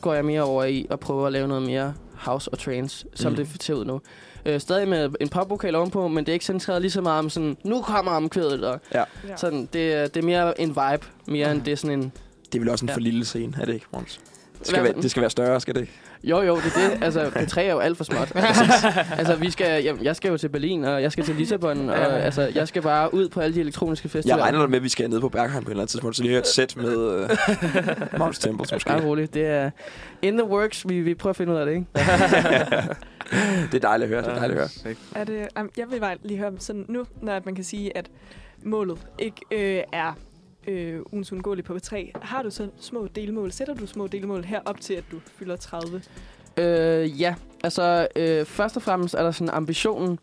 går jeg mere over i at prøve at lave noget mere house og trance, som Mm. mm. det ser ud nu. Øh, stadig med en popvokal ovenpå, men det er ikke centreret lige så meget om sådan, nu kommer omkvædet, og Ja. sådan, det, er- det er mere en vibe, mere end det er sådan en Det er vel også en Ja. for lille scene, er det ikke, Måns? Det skal, Hvad- være, det skal være større, skal det ikke? Jo, jo, det er det. Altså, det tre er jo alt for småt. altså, vi skal, jeg, jeg skal jo til Berlin, og jeg skal til Lissabon, og altså, jeg skal bare ud på alle de elektroniske Jeg festivaler. regner da med, at vi skal ned på Bergheim på et eller andet tidspunkt, så lige høre et sæt med uh, Måns Temples måske. Bare roligt. Det er in the works. Vi, vi prøver at finde ud af det, ikke? det er dejligt at høre, det er dejligt at høre. Er det, am, jeg vil bare lige høre sådan nu, når at man kan sige, at målet ikke øh, er øh, ugens undgåelige på B3. Har du så små delmål? Sætter du små delmål her op til, at du fylder 30? Øh, ja, altså, øh, først og fremmest er der sådan ambitionen.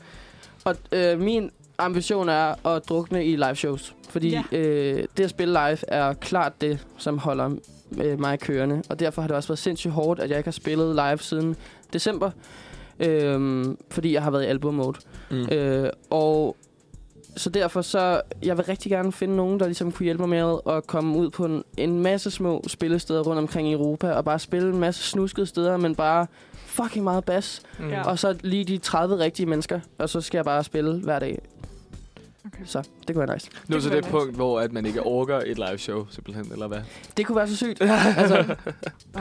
Og øh, min ambition er at drukne i live shows. Fordi Ja. øh, det at spille live er klart det, som holder øh, mig kørende. Og derfor har det også været sindssygt hårdt, at jeg ikke har spillet live siden december. Øh, fordi jeg har været i album mode. Mm. Øh, og så derfor så, jeg vil rigtig gerne finde nogen, der ligesom kunne hjælpe mig med at komme ud på en, en masse små spillesteder rundt omkring i Europa, og bare spille en masse snuskede steder, men bare fucking meget bas. Mm. Ja. Ja. Og så lige de 30 rigtige mennesker, og så skal jeg bare spille hver dag. Okay. Så det kunne være nice. Nu er så kunne det være punkt, hvor at man ikke orker et live show, simpelthen, eller hvad? Det kunne være så sygt. altså,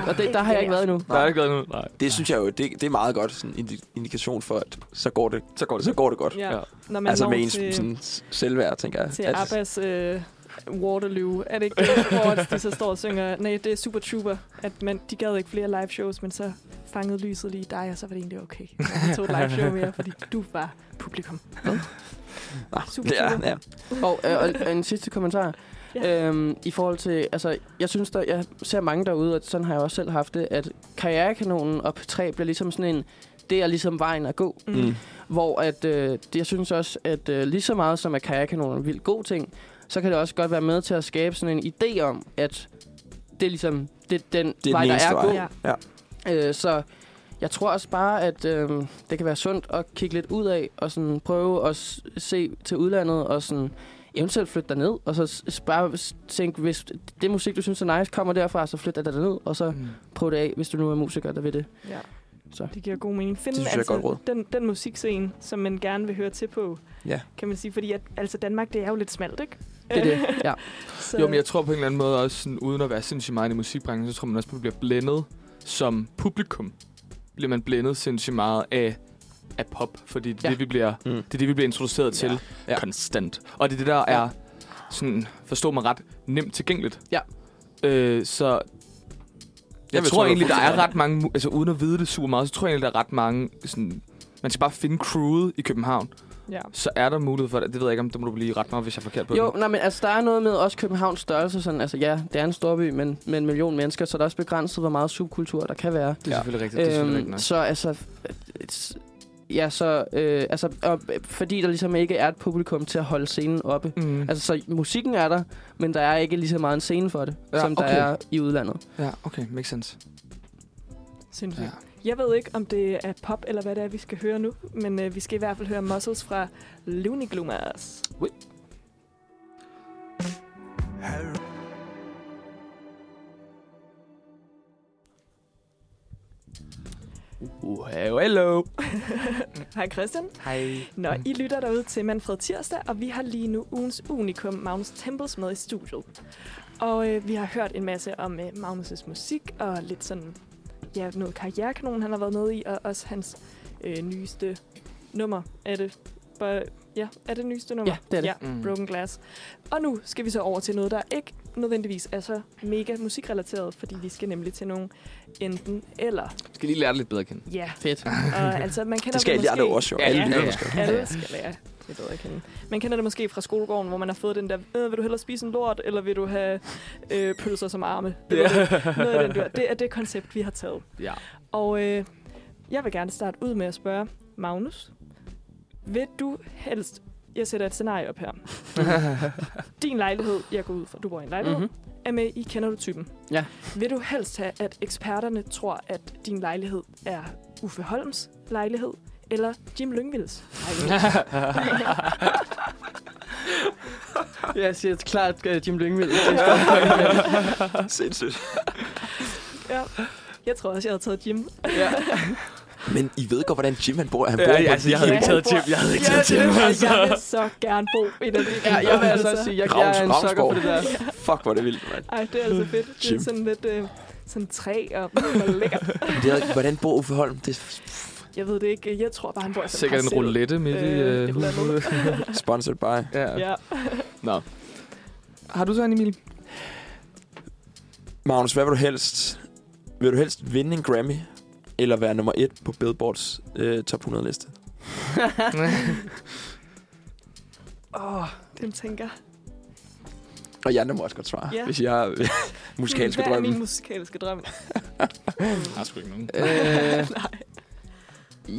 og det, der har jeg ikke været endnu. Nej. Der er ikke noget nu. Nej. Det synes jeg jo, det, det er meget godt sådan en indi- indikation for, at så går det, Så går det. så går det godt. Ja. Ja. ja. Når man altså når med ens til, sådan, selvværd, tænker jeg. til At- Abbas øh, Waterloo, er det ikke det, hvor de så står og synger, nej, det er Super Trooper, at man, de gad ikke flere live shows, men så fangede lyset lige dig, og så var det egentlig okay. Vi tog et live show mere, fordi du var publikum. Nå, Super Ah, det er, super. ja. Mm, Og, øh, og, og en sidste kommentar. Ja. Ja. Øhm, I forhold til, altså, jeg synes, der, jeg ser mange derude, og sådan har jeg også selv haft det, at karrierekanonen og P3 bliver ligesom sådan en, det er ligesom vejen at gå. Mm. Hvor at, øh, det, jeg synes også, at øh, lige så meget som at karrierekanonen er en vildt god ting, så kan det også godt være med til at skabe sådan en idé om, at det er ligesom det, er den den vej, der eneste er vej. god. Ja. Øh, så jeg tror også bare, at øh, det kan være sundt at kigge lidt ud af og sådan prøve at s- se til udlandet og sådan eventuelt flytte derned, og så s- s- bare s- tænke, hvis det musik, du synes er nice, kommer derfra, så flyt dig derned, og så Mm. prøv det af, hvis du nu er musiker, der ved det. Ja. Så. Det giver god mening. Finde Det synes jeg er altså et godt Den, den musikscene, som man gerne vil høre til på, Ja. kan man sige. Fordi at, altså Danmark, det er jo lidt smalt, ikke? Øh, Det er det, ja. Så, Jo, men jeg tror på en eller anden måde også, sådan, uden at være sindssygt meget i musikbranchen, så tror man også, at man bliver blændet som publikum. Bliver man blændet sindssygt meget af, af pop, fordi det, er Ja. det, vi bliver, Mm. mm. det er det, vi bliver introduceret til Ja. ja. Ja. konstant. Og det er det, der er, sådan, forstå mig ret, nemt tilgængeligt. Ja. Øh, så jeg, jeg vil tror, tro, du egentlig, der er fuldstændig ret mange, mu- altså uden at vide det super meget, så tror jeg egentlig, der er ret mange, sådan, man skal bare finde crewet i København, Ja. så er der mulighed for det. Det ved jeg ikke, om det må du blive ret meget, hvis jeg er forkert på Jo, det. nej, men altså, der er noget med også Københavns størrelse. Sådan, altså, ja, det er en storby, men med en million mennesker, så der er også begrænset, hvor meget subkultur der kan være. Det er Ja. selvfølgelig rigtigt. Det er selvfølgelig rigtigt. nok. så altså... øh, s- Ja, så... Øh, altså, og, øh, fordi der ligesom ikke er et publikum til at holde scenen oppe. Mm. Altså, så musikken er der, men der er ikke lige så meget en scene for det, Ja, ja, som okay. der er i udlandet. Ja, okay, makes sense. Sindssygt. Ja. Ja. Jeg ved ikke, om det er pop, eller hvad det er, vi skal høre nu. Men øh, vi skal i hvert fald høre Muscles fra Looney Gloomers. Uh, hello. Hej Christian. Hej. Nå, I lytter derude til Manfred Tirsdag, og vi har lige nu ugens unikum Magnus Tempels med i studiet. Og øh, vi har hørt en masse om øh, Magnus' musik og lidt sådan, ja, noget karrierekanon, han har været med i, og også hans øh, nyeste nummer. Er det, Bo- ja, er det nyeste nummer? Ja, det er det. Ja, mm. Broken Glass. Og nu skal vi så over til noget, der ikke nødvendigvis er så mega musikrelateret, fordi vi skal nemlig til nogle enten eller. Skal lige lære det lidt bedre at kende. Ja, Fedt. og altså, man kender Det skal dem jeg måske- lære også, jo. Ja, Alle ja, lytter, ja. der skal. alle skal lære det bedre at kende. Man kender det måske fra skolegården, hvor man har fået den der, øh, vil du hellere spise en lort, eller vil du have øh, pølser som arme? Det, var det, noget af den der. det er det koncept, vi har taget. Ja. Og øh, jeg vil gerne starte ud med at spørge Magnus, Vil du helst... Jeg sætter et scenarie op her. Din lejlighed, jeg går ud fra, du bor i en lejlighed, Mm-hmm. mm-hmm. er med i Kender du typen? Ja. Vil du helst have, at eksperterne tror, at din lejlighed er Uffe Holms lejlighed, eller Jim Lyngvilds lejlighed? Jeg siger klart uh, Jim Lyngvild. Ah, Sindssygt. ja. Jeg tror også, jeg havde taget Jim. ja. Men I ved godt, hvordan Jim han bor. Han bor Ja, på ja, altså, jeg havde en ikke lille- taget Jim. Jeg havde ikke Ja, taget det Jim. vil jeg. altså. Jeg vil så gerne bo i den ja, jeg vil altså også sige, jeg, jeg er en Ravns- sukker for det der. Fuck, hvor er det vildt, mand. Ej, det er altså fedt. Det Jim. er sådan lidt øh, sådan træ og hvor lækkert. Det er, hvordan bor Uffe Holm? Det er Jeg ved det ikke. Jeg tror bare, han bor i sådan Sikkert en parcel. roulette midt i Øh, øh, et eller andet. huset. sponsored by. Ja. Ja. Nå. Har du så en, Emil? Magnus, hvad vil du helst? Vil du helst vinde en Grammy? Eller være nummer et på Billboards øh, top 100 liste? Åh, den tænker. Og jeg må også godt svare, Ja. hvis jeg har musikalske Hvad er min drømme. musikalske drøm? har sgu ikke nogen. Øh,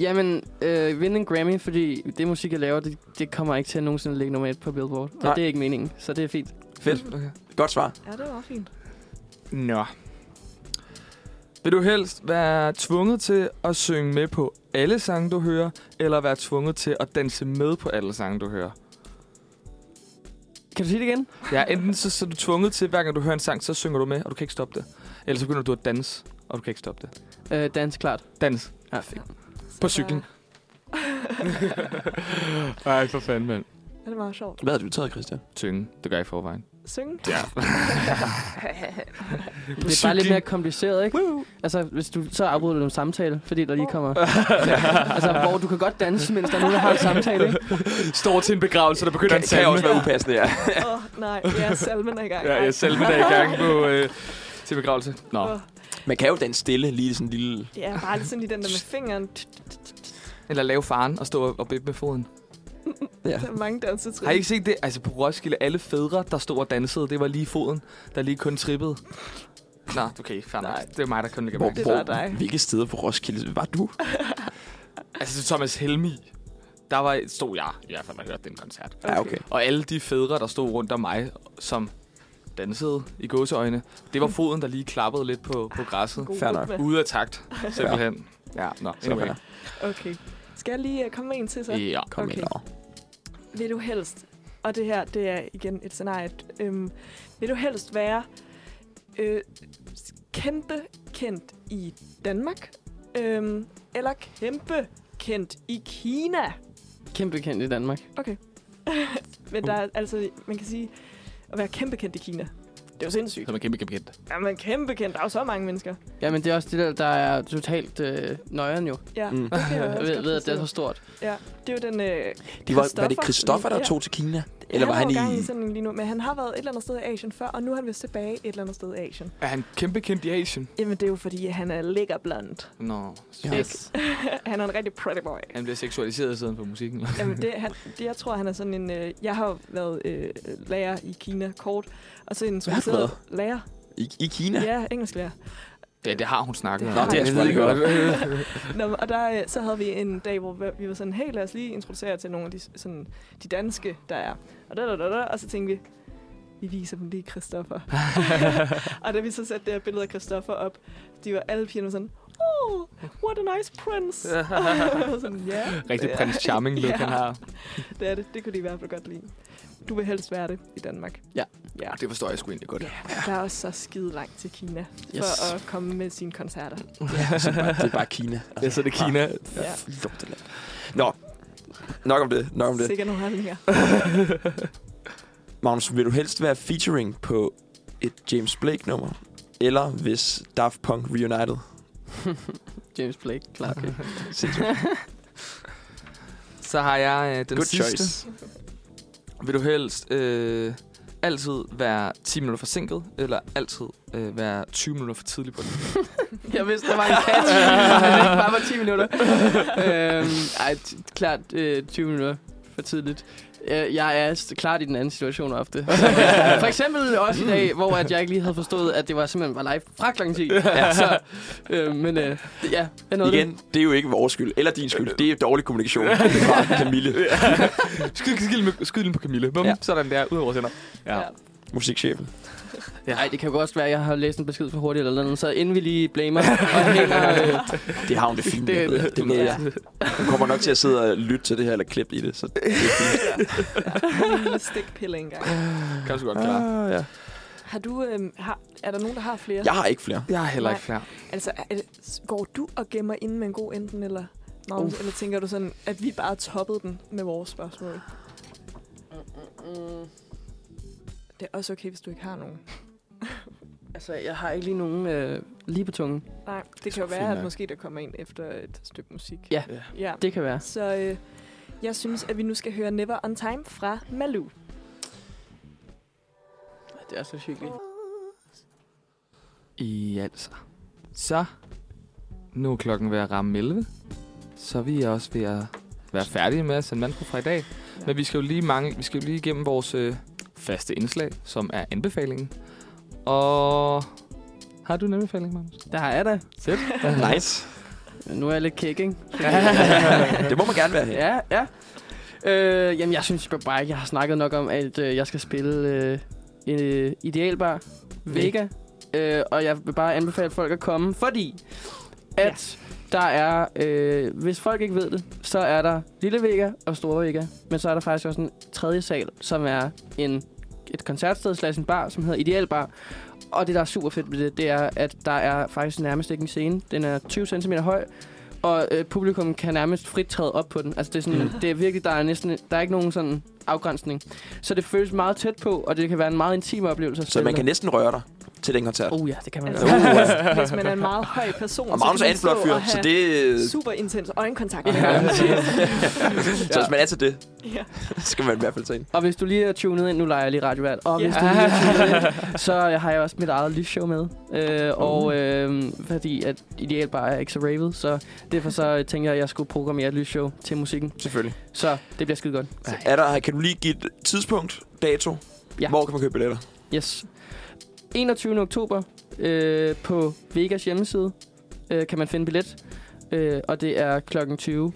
jamen, øh, vinde en Grammy, fordi det musik, jeg laver, det, det kommer ikke til at nogensinde ligge nummer et på Billboard. Og Nej. det er ikke meningen, så det er fint. Fedt. Okay. Godt svar. Ja, det var fint. Nå. Vil du helst være tvunget til at synge med på alle sange, du hører, eller være tvunget til at danse med på alle sange, du hører? Kan du sige det igen? Ja, enten så, så er du tvunget til, hver gang du hører en sang, så synger du med, og du kan ikke stoppe det. Eller så begynder du at danse, og du kan ikke stoppe det. Øh, dans klart. Dans. Ja, fedt. På cyklen. Ej, for fanden, mand. øh, Ja, det var meget sjovt. Hvad har du taget, Christian? Synge, det gør jeg i forvejen. Synge? Ja. Det er bare lidt mere kompliceret, ikke? Altså, hvis du så afbryder du en samtale, fordi der lige kommer... altså, hvor du kan godt danse, mens der er nogen, der har en samtale, ikke? Står til en begravelse, der begynder Kan, en kan salme. også være upassende, ja. Åh, oh, nej. Ja, salmen er i gang. Ja, jeg selv med i gang på øh, til begravelse. Nå. Åh, Man kan jo danse stille, lige sådan en lille... Ja, bare lige sådan lige den der med fingeren. Eller lave faren og stå og bippe med foden. Ja. Der er mange dansetrin. Har I ikke set det? Altså på Roskilde, alle fædre, der stod og dansede, det var lige foden, der lige kun trippede. Nå, okay, fair Nej. Nej. Det er mig, der kun lægger Hvor, mærke. til Det var dig. hvor, hvilke steder på Roskilde var du? det. Altså Thomas Helmi, der var, stod jeg i hvert fald og hørte den koncert. Ja, okay. Og alle de fædre, der stod rundt om mig, som dansede i gåseøjne, det var foden, der lige klappede lidt på, på græsset. God Fair nok. rytme. Ude af takt, simpelthen. Ja, nå, Så anyway. fair. Okay. Skal jeg lige øh, komme med en til så? Ja. Kom Okay. ind over. Vil du helst, og det her det er igen et scenarie, øhm, vil du helst være øh, kæmpe kendt i Danmark, øhm, eller kæmpe kendt i Kina? Kæmpe kendt i Danmark. Men der Uh. er, altså, man kan sige, at være kæmpe kendt i Kina, det er jo sindssygt. Så man kæmpe, kæmpe, kæmpe. Ja, man kæmpe kendt, der er jo så mange mennesker. Jamen, det er også det der, der er totalt øh, nøjeren jo. Ja, Mm. mm. det, kan jeg Jeg også ved, godt ved, at det er forstå. så stort. ja, det er jo den... Øh, Det var, var det Christoffer? Christoffer, der Ja. tog til Kina? Eller var han har jo gang i... i sådan en lige nu, men han har været et eller andet sted i Asien før, og nu er han vist tilbage et eller andet sted i Asien. Er han kæmpe kendt i Asien? Jamen, det er jo fordi, han er lækker blandt. Nå, Yes. han er en rigtig pretty boy. Han bliver seksualiseret siden på musikken. Jamen, det, han, det, jeg tror, han er sådan en... Øh, jeg har jo været øh, lærer i Kina kort, og så en har du specialiseret lærer. I, I Kina? Ja, ja engelsk lærer. Ja, det har hun snakket Det om. har Nå, det er hun. selvfølgelig Nå, men- og der, øh, så havde vi en dag, hvor vi- vi var sådan, hey, lad os lige introducere jer til nogle af de, sådan, de danske, der er. Og, da, da, da, da, og så tænkte vi, vi viser dem lige Christoffer. og da vi så satte det her billede af Christoffer op, de var alle pigerne sådan, oh, what a nice prince. sådan, ja. Rigtig Ja. prins charming look, Ja. han har. Det er det. Det kunne de i hvert fald godt lide. Du vil helst være det i Danmark. Ja. ja. Det forstår jeg sgu egentlig godt. Der er også så skide langt til Kina yes. Yes. for at komme med sine koncerter. Så det er bare- det er bare Kina. Ja, så er det Kina. Ja. Lorteland. Nå, nok om det, nok om det. Sikkert nogle handlinger. Magnus, vil du helst være featuring på et James Blake-nummer? Eller hvis Daft Punk Reunited? James Blake, klart. Okay. Sindssygt. Så har jeg øh, den Good sidste. choice. Vil du helst øh, altid være 10 minutter forsinket, eller altid øh, være 20 minutter for tidlig på den? Jeg vidste, der var en catch. Men det bare var 10 minutter. øhm, ej, t- klart øh, 20 minutter for tidligt. Øh, Jeg er st- klart i den anden situation ofte. For eksempel også i dag, hvor at jeg ikke lige havde forstået, at det var simpelthen var live fra kl. 10. Ja. Så, øh, men øh, ja, jeg nåede Igen, det er jo ikke vores skyld, eller din Øh. skyld. Det er dårlig kommunikation fra Camille, Skyd, skyd, med, skyd den på Camille. Bum, Ja. ja. Sådan der, ud over vores hænder. Ja. musikchefen. det. Nej, det kan jo også være, at jeg har læst en besked for hurtigt eller noget, så inden vi lige blamer og hænger... Øh, Det har hun det fint Det- med. Det ved Ja. jeg. Hun kommer nok til at sidde og lytte til det her, eller klippe i det. Så det er fint. en lille stikpille engang. Kan du så godt klare. Ah, ja. Har du, øhm, har, er der nogen, der har flere? Jeg har ikke flere. Jeg er heller ikke klar. Altså, er det, går du og gemmer ind med en god enten eller Magnus, eller tænker du sådan, at vi bare toppede den med vores spørgsmål? Det er også okay, hvis du ikke har nogen. altså, jeg har ikke lige nogen øh, lige på tungen. Nej, det kan jo fint være, nok. at måske der kommer en efter et stykke musik. Ja. Ja. ja. Det kan være. Så øh, jeg synes, at vi nu skal høre Never On Time fra Malou. Det er så hyggeligt. I altså. Så nu er klokken ved at ramme 11. Så er vi også ved at være færdige med at sende mandsko fra i dag. Ja. Men vi skal jo lige, mange, vi skal jo lige igennem vores øh, faste indslag, som er anbefalingen. Og har du en anbefaling, Magnus? Der har jeg da. Fedt. Nice. Nu er jeg lidt kæk, ikke? Det må man gerne være her. Ja, ja. Øh, jamen, jeg synes bare ikke, jeg har snakket nok om, at øh, jeg skal spille øh, en øh, idealbar Vega. Øh, og jeg vil bare anbefale folk at komme, fordi at ja. der er, øh, hvis folk ikke ved det, så er der Lille Vega og Store Vega. Men så er der faktisk også en tredje sal, som er en, et koncertsted slash en bar, som hedder Idealbar. Og det, der er super fedt ved det, det er, at der er faktisk nærmest ikke en scene. Den er 20 cm høj, og øh, publikum kan nærmest frit træde op på den. Altså det er, sådan, det er virkelig, der er næsten, der er ikke nogen sådan afgrænsning. Så det føles meget tæt på, og det kan være en meget intim oplevelse. at Så man spille kan Uh, næsten røre dig til den koncert. Oh ja, det kan man Altså, godt. hvis, hvis man er en meget høj person, Og Magnus så er kan man en flot stå fyr, og så have det... super intens øjenkontakt. Ja. Så hvis man er til det, ja. så skal man i hvert fald tage ind. Og hvis du lige er tunet ind, nu leger jeg lige radiovært, og hvis Ja. du lige er tunet ind, så har jeg også mit eget lysshow med. Øh, Uh. og øh, fordi at ideelt bare er ikke så ravet, så derfor så tænker jeg, at jeg skulle programmere et lysshow til musikken. Selvfølgelig. Så det bliver skide godt. Er der, kan du lige give et tidspunkt, dato? Ja. Hvor kan man købe billetter? Yes. 21. oktober øh, på Vegas hjemmeside øh, kan man finde billet, øh, og det er klokken 20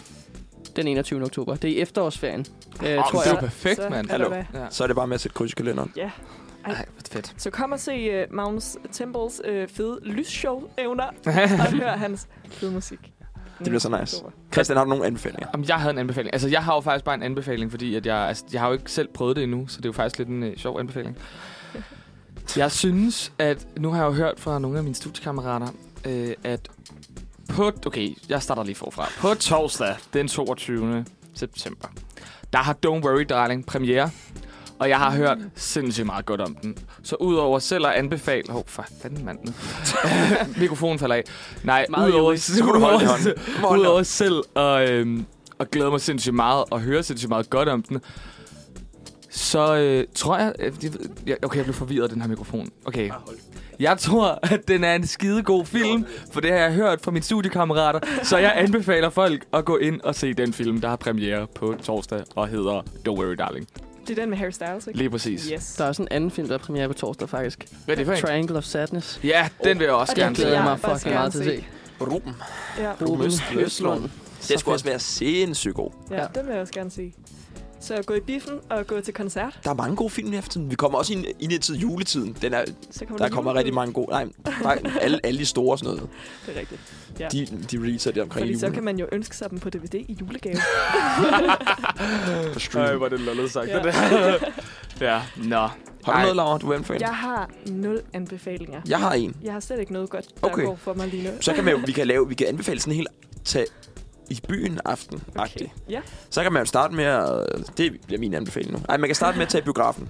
den 21. oktober. Det er i efterårsferien, øh, Oh, tror det er jeg. jo perfekt, mand. Hallo. Ja. Så er det bare med at sætte kryds i kalenderen. Ej, hvor fedt. Så kom og se uh, Magnus Temples uh, fede lysshow-evner, og hør hans fede musik. Mm. Det bliver så nice. Christian, har du nogle anbefalinger? Jamen, jeg havde en anbefaling. Altså, jeg har jo faktisk bare en anbefaling, fordi at jeg, altså, jeg har jo ikke selv prøvet det endnu, så det er jo faktisk lidt en øh, sjov anbefaling. Jeg synes, at nu har jeg jo hørt fra nogle af mine studiekammerater, øh, at på... Okay, jeg starter lige forfra. På torsdag, den 22. september, der har Don't Worry Darling premiere, og jeg har hørt sindssygt meget godt om den. Så udover selv at anbefale... Åh, oh, for fanden, mand. Mikrofonen falder af. Nej, Meget udover, ivrigt. Så må du holde den i hånden. Hold da op. Udover selv og, øhm, og glæder mig sindssygt meget og hører sindssygt meget godt om den, så øh, tror jeg... øh, det ved- ja, Okay, jeg blev forvirret af den her mikrofon. Okay. Jeg tror, at den er en skidegod film, for det har jeg hørt fra mine studiekammerater. Så jeg anbefaler folk at gå ind og se den film, der har premiere på torsdag og hedder Don't Worry Darling. Det er den med Harry Styles, ikke? Lige præcis. Yes. Der er også en anden film, der er premiere på torsdag faktisk. Hvad er det for en? Triangle of Sadness. Ja, den vil jeg også Og den gerne se. glæder jeg mig faktisk fucking gerne meget til at se. Ruben. Ja, Ruben Østlund. Østlund. Det skulle også være sindssygt god. ja, den vil jeg også gerne se. Så gå i biffen og gå til koncert. Der er mange gode film i eftertiden. Vi kommer også ind, ind i tid juletiden. Den er, Så kommer der kommer rigtig mange gode. Nej, nej alle, alle de store og sådan noget. Det er rigtigt. De, de releaser det omkring Fordi julen. så kan man jo ønske sig dem på DVD i julegave. på stream. Nej, hvor er det lollet sagt. Ja. det der. ja, nå. Har du Ej. noget, Laura, du vil anbefale? Jeg har nul anbefalinger. Jeg har en. Jeg har slet ikke noget godt, der Okay. går for mig lige nu. Så kan man jo, vi kan lave, vi kan anbefale sådan en hel tag i byen aften Okay. okay. Ja, Så kan man jo starte med at, det bliver min anbefaling nu. Ej, man kan starte med at tage i biografen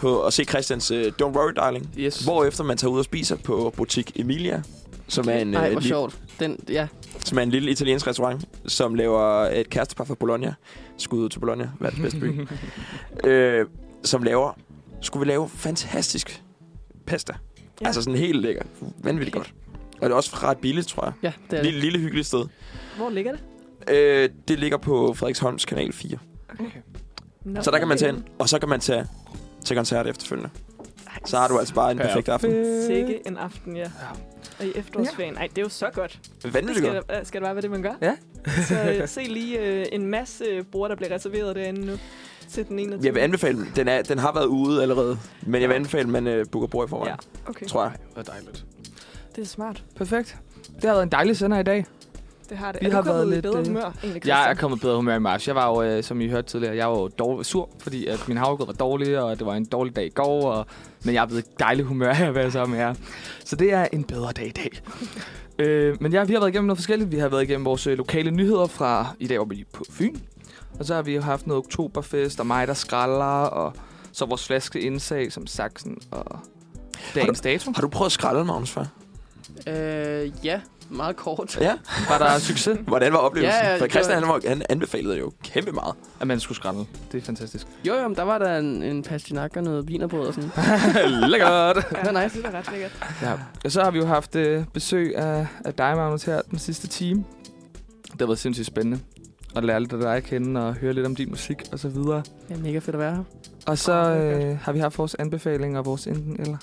på, og se Christians uh, Don't Worry Darling. Yes. Hvorefter man tager ud og spiser på Butik Emilia, som er en, Ej, øh, hvor li- sjovt. Den, ja, som er en lille italiensk restaurant, som laver et kærestepar fra Bologna. Skud ud til Bologna, verdens bedste by. øh, som laver, skulle vi lave fantastisk pasta. Ja. Ja. Altså sådan helt lækker. Vanvittigt okay. godt. Og det er også ret billigt, tror jeg. ja, det er det. Lille, lille hyggeligt sted. hvor ligger det? Øh, det ligger på Frederiksholms Kanal 4. Okay. Nå, Så der kan man tage ind, og så kan man tage til koncert efterfølgende. Ej, Så har du altså bare en perfekt aften. øh, Sikke en aften, ja. Og i efterårsferien. Ej, det er jo så godt. Vanvittigt skal, godt. der, skal det bare være det, man gør? Ja. så øh, se lige øh, en masse bord, der bliver reserveret derinde nu til den 21. Jeg vil anbefale den. Den, er, den har været ude allerede, men jeg vil anbefale, at man øh, booker bord i forvejen, ja. Okay, tror jeg. Hvor dejligt. det er smart. Perfekt. Det har været en dejlig sender i dag. Det har det. Vi er har du kommet været i lidt, bedre øh, humør, egentlig, Jeg er Christian? kommet bedre humør i marts. Jeg var jo, øh, som I hørte tidligere, jeg var jo dårlig, sur, fordi at min havregrød var dårlig, og det var en dårlig dag i går, og, men jeg er blevet i dejlig humør af at være sammen med jer. Så det er en bedre dag i dag. øh, men ja, vi har været igennem noget forskelligt. Vi har været igennem vores øh, lokale nyheder fra i dag, var vi på Fyn. Og så har vi jo haft noget oktoberfest, og mig, der skralder, og så vores flaskeindslag som Saxen og dagens dato. Har du prøvet at skralde, Magnus, før? Øh, ja, meget kort. Ja. Var der succes, Hvordan var oplevelsen? Ja, Ja, ja, For det Christian, var- han, var, han anbefalede jo kæmpe meget. at man skulle skralde? Det er fantastisk. Jo, jo, men der var der en, en pastinak og noget vinerbrød og sådan. Lækkert! Hvor nice. Det var ret lækkert. Ja. Og så har vi jo haft øh, besøg af, af dig, Magnus, her den sidste time. Det har været sindssygt spændende at lære lidt af dig at kende og høre lidt om din musik og så videre. Ja, mega fedt at være her. Og så Åh, det er øh, har vi haft vores anbefalinger og vores enten eller.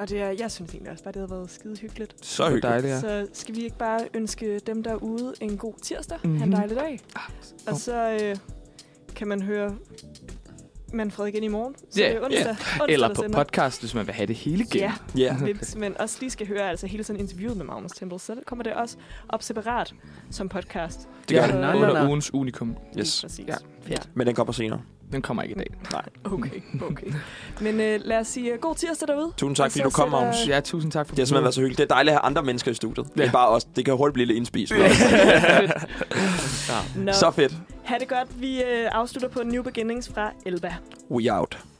Og det er, jeg synes egentlig også bare, det har været skide hyggeligt. Så hyggeligt. dejligt, ja. Så skal vi ikke bare ønske dem derude en god tirsdag, mm-hmm. have Mhm. en dejlig dag. åh. Og så øh, kan man høre Manfred igen i morgen. Så Ja, det er onsdag. ja. onsdag Eller der på sender. podcast, hvis man vil have det hele igen. Ja, Ja. Hvis man også lige skal høre altså hele sådan interviewet med Magnus Temple, så kommer det også op separat som podcast. Det gør ja, det. Nej, nej, under nej. ugens unikum. Yes. Lige præcis. Ja. Ja. Men den kommer senere. Den kommer ikke i dag. Okay, okay. Men øh, lad os sige øh, god tirsdag derude. Tusind tak, Og fordi så du kom, sætter- Magnus. Ja, tusind tak for Det har simpelthen været så hyggeligt. Det er dejligt at have andre mennesker i studiet. Ja. Det er bare os. Det kan hurtigt blive lidt indspist. Ja. Nå, Så fedt. ha' det godt. Vi øh, afslutter på New Beginnings fra Elba. We out.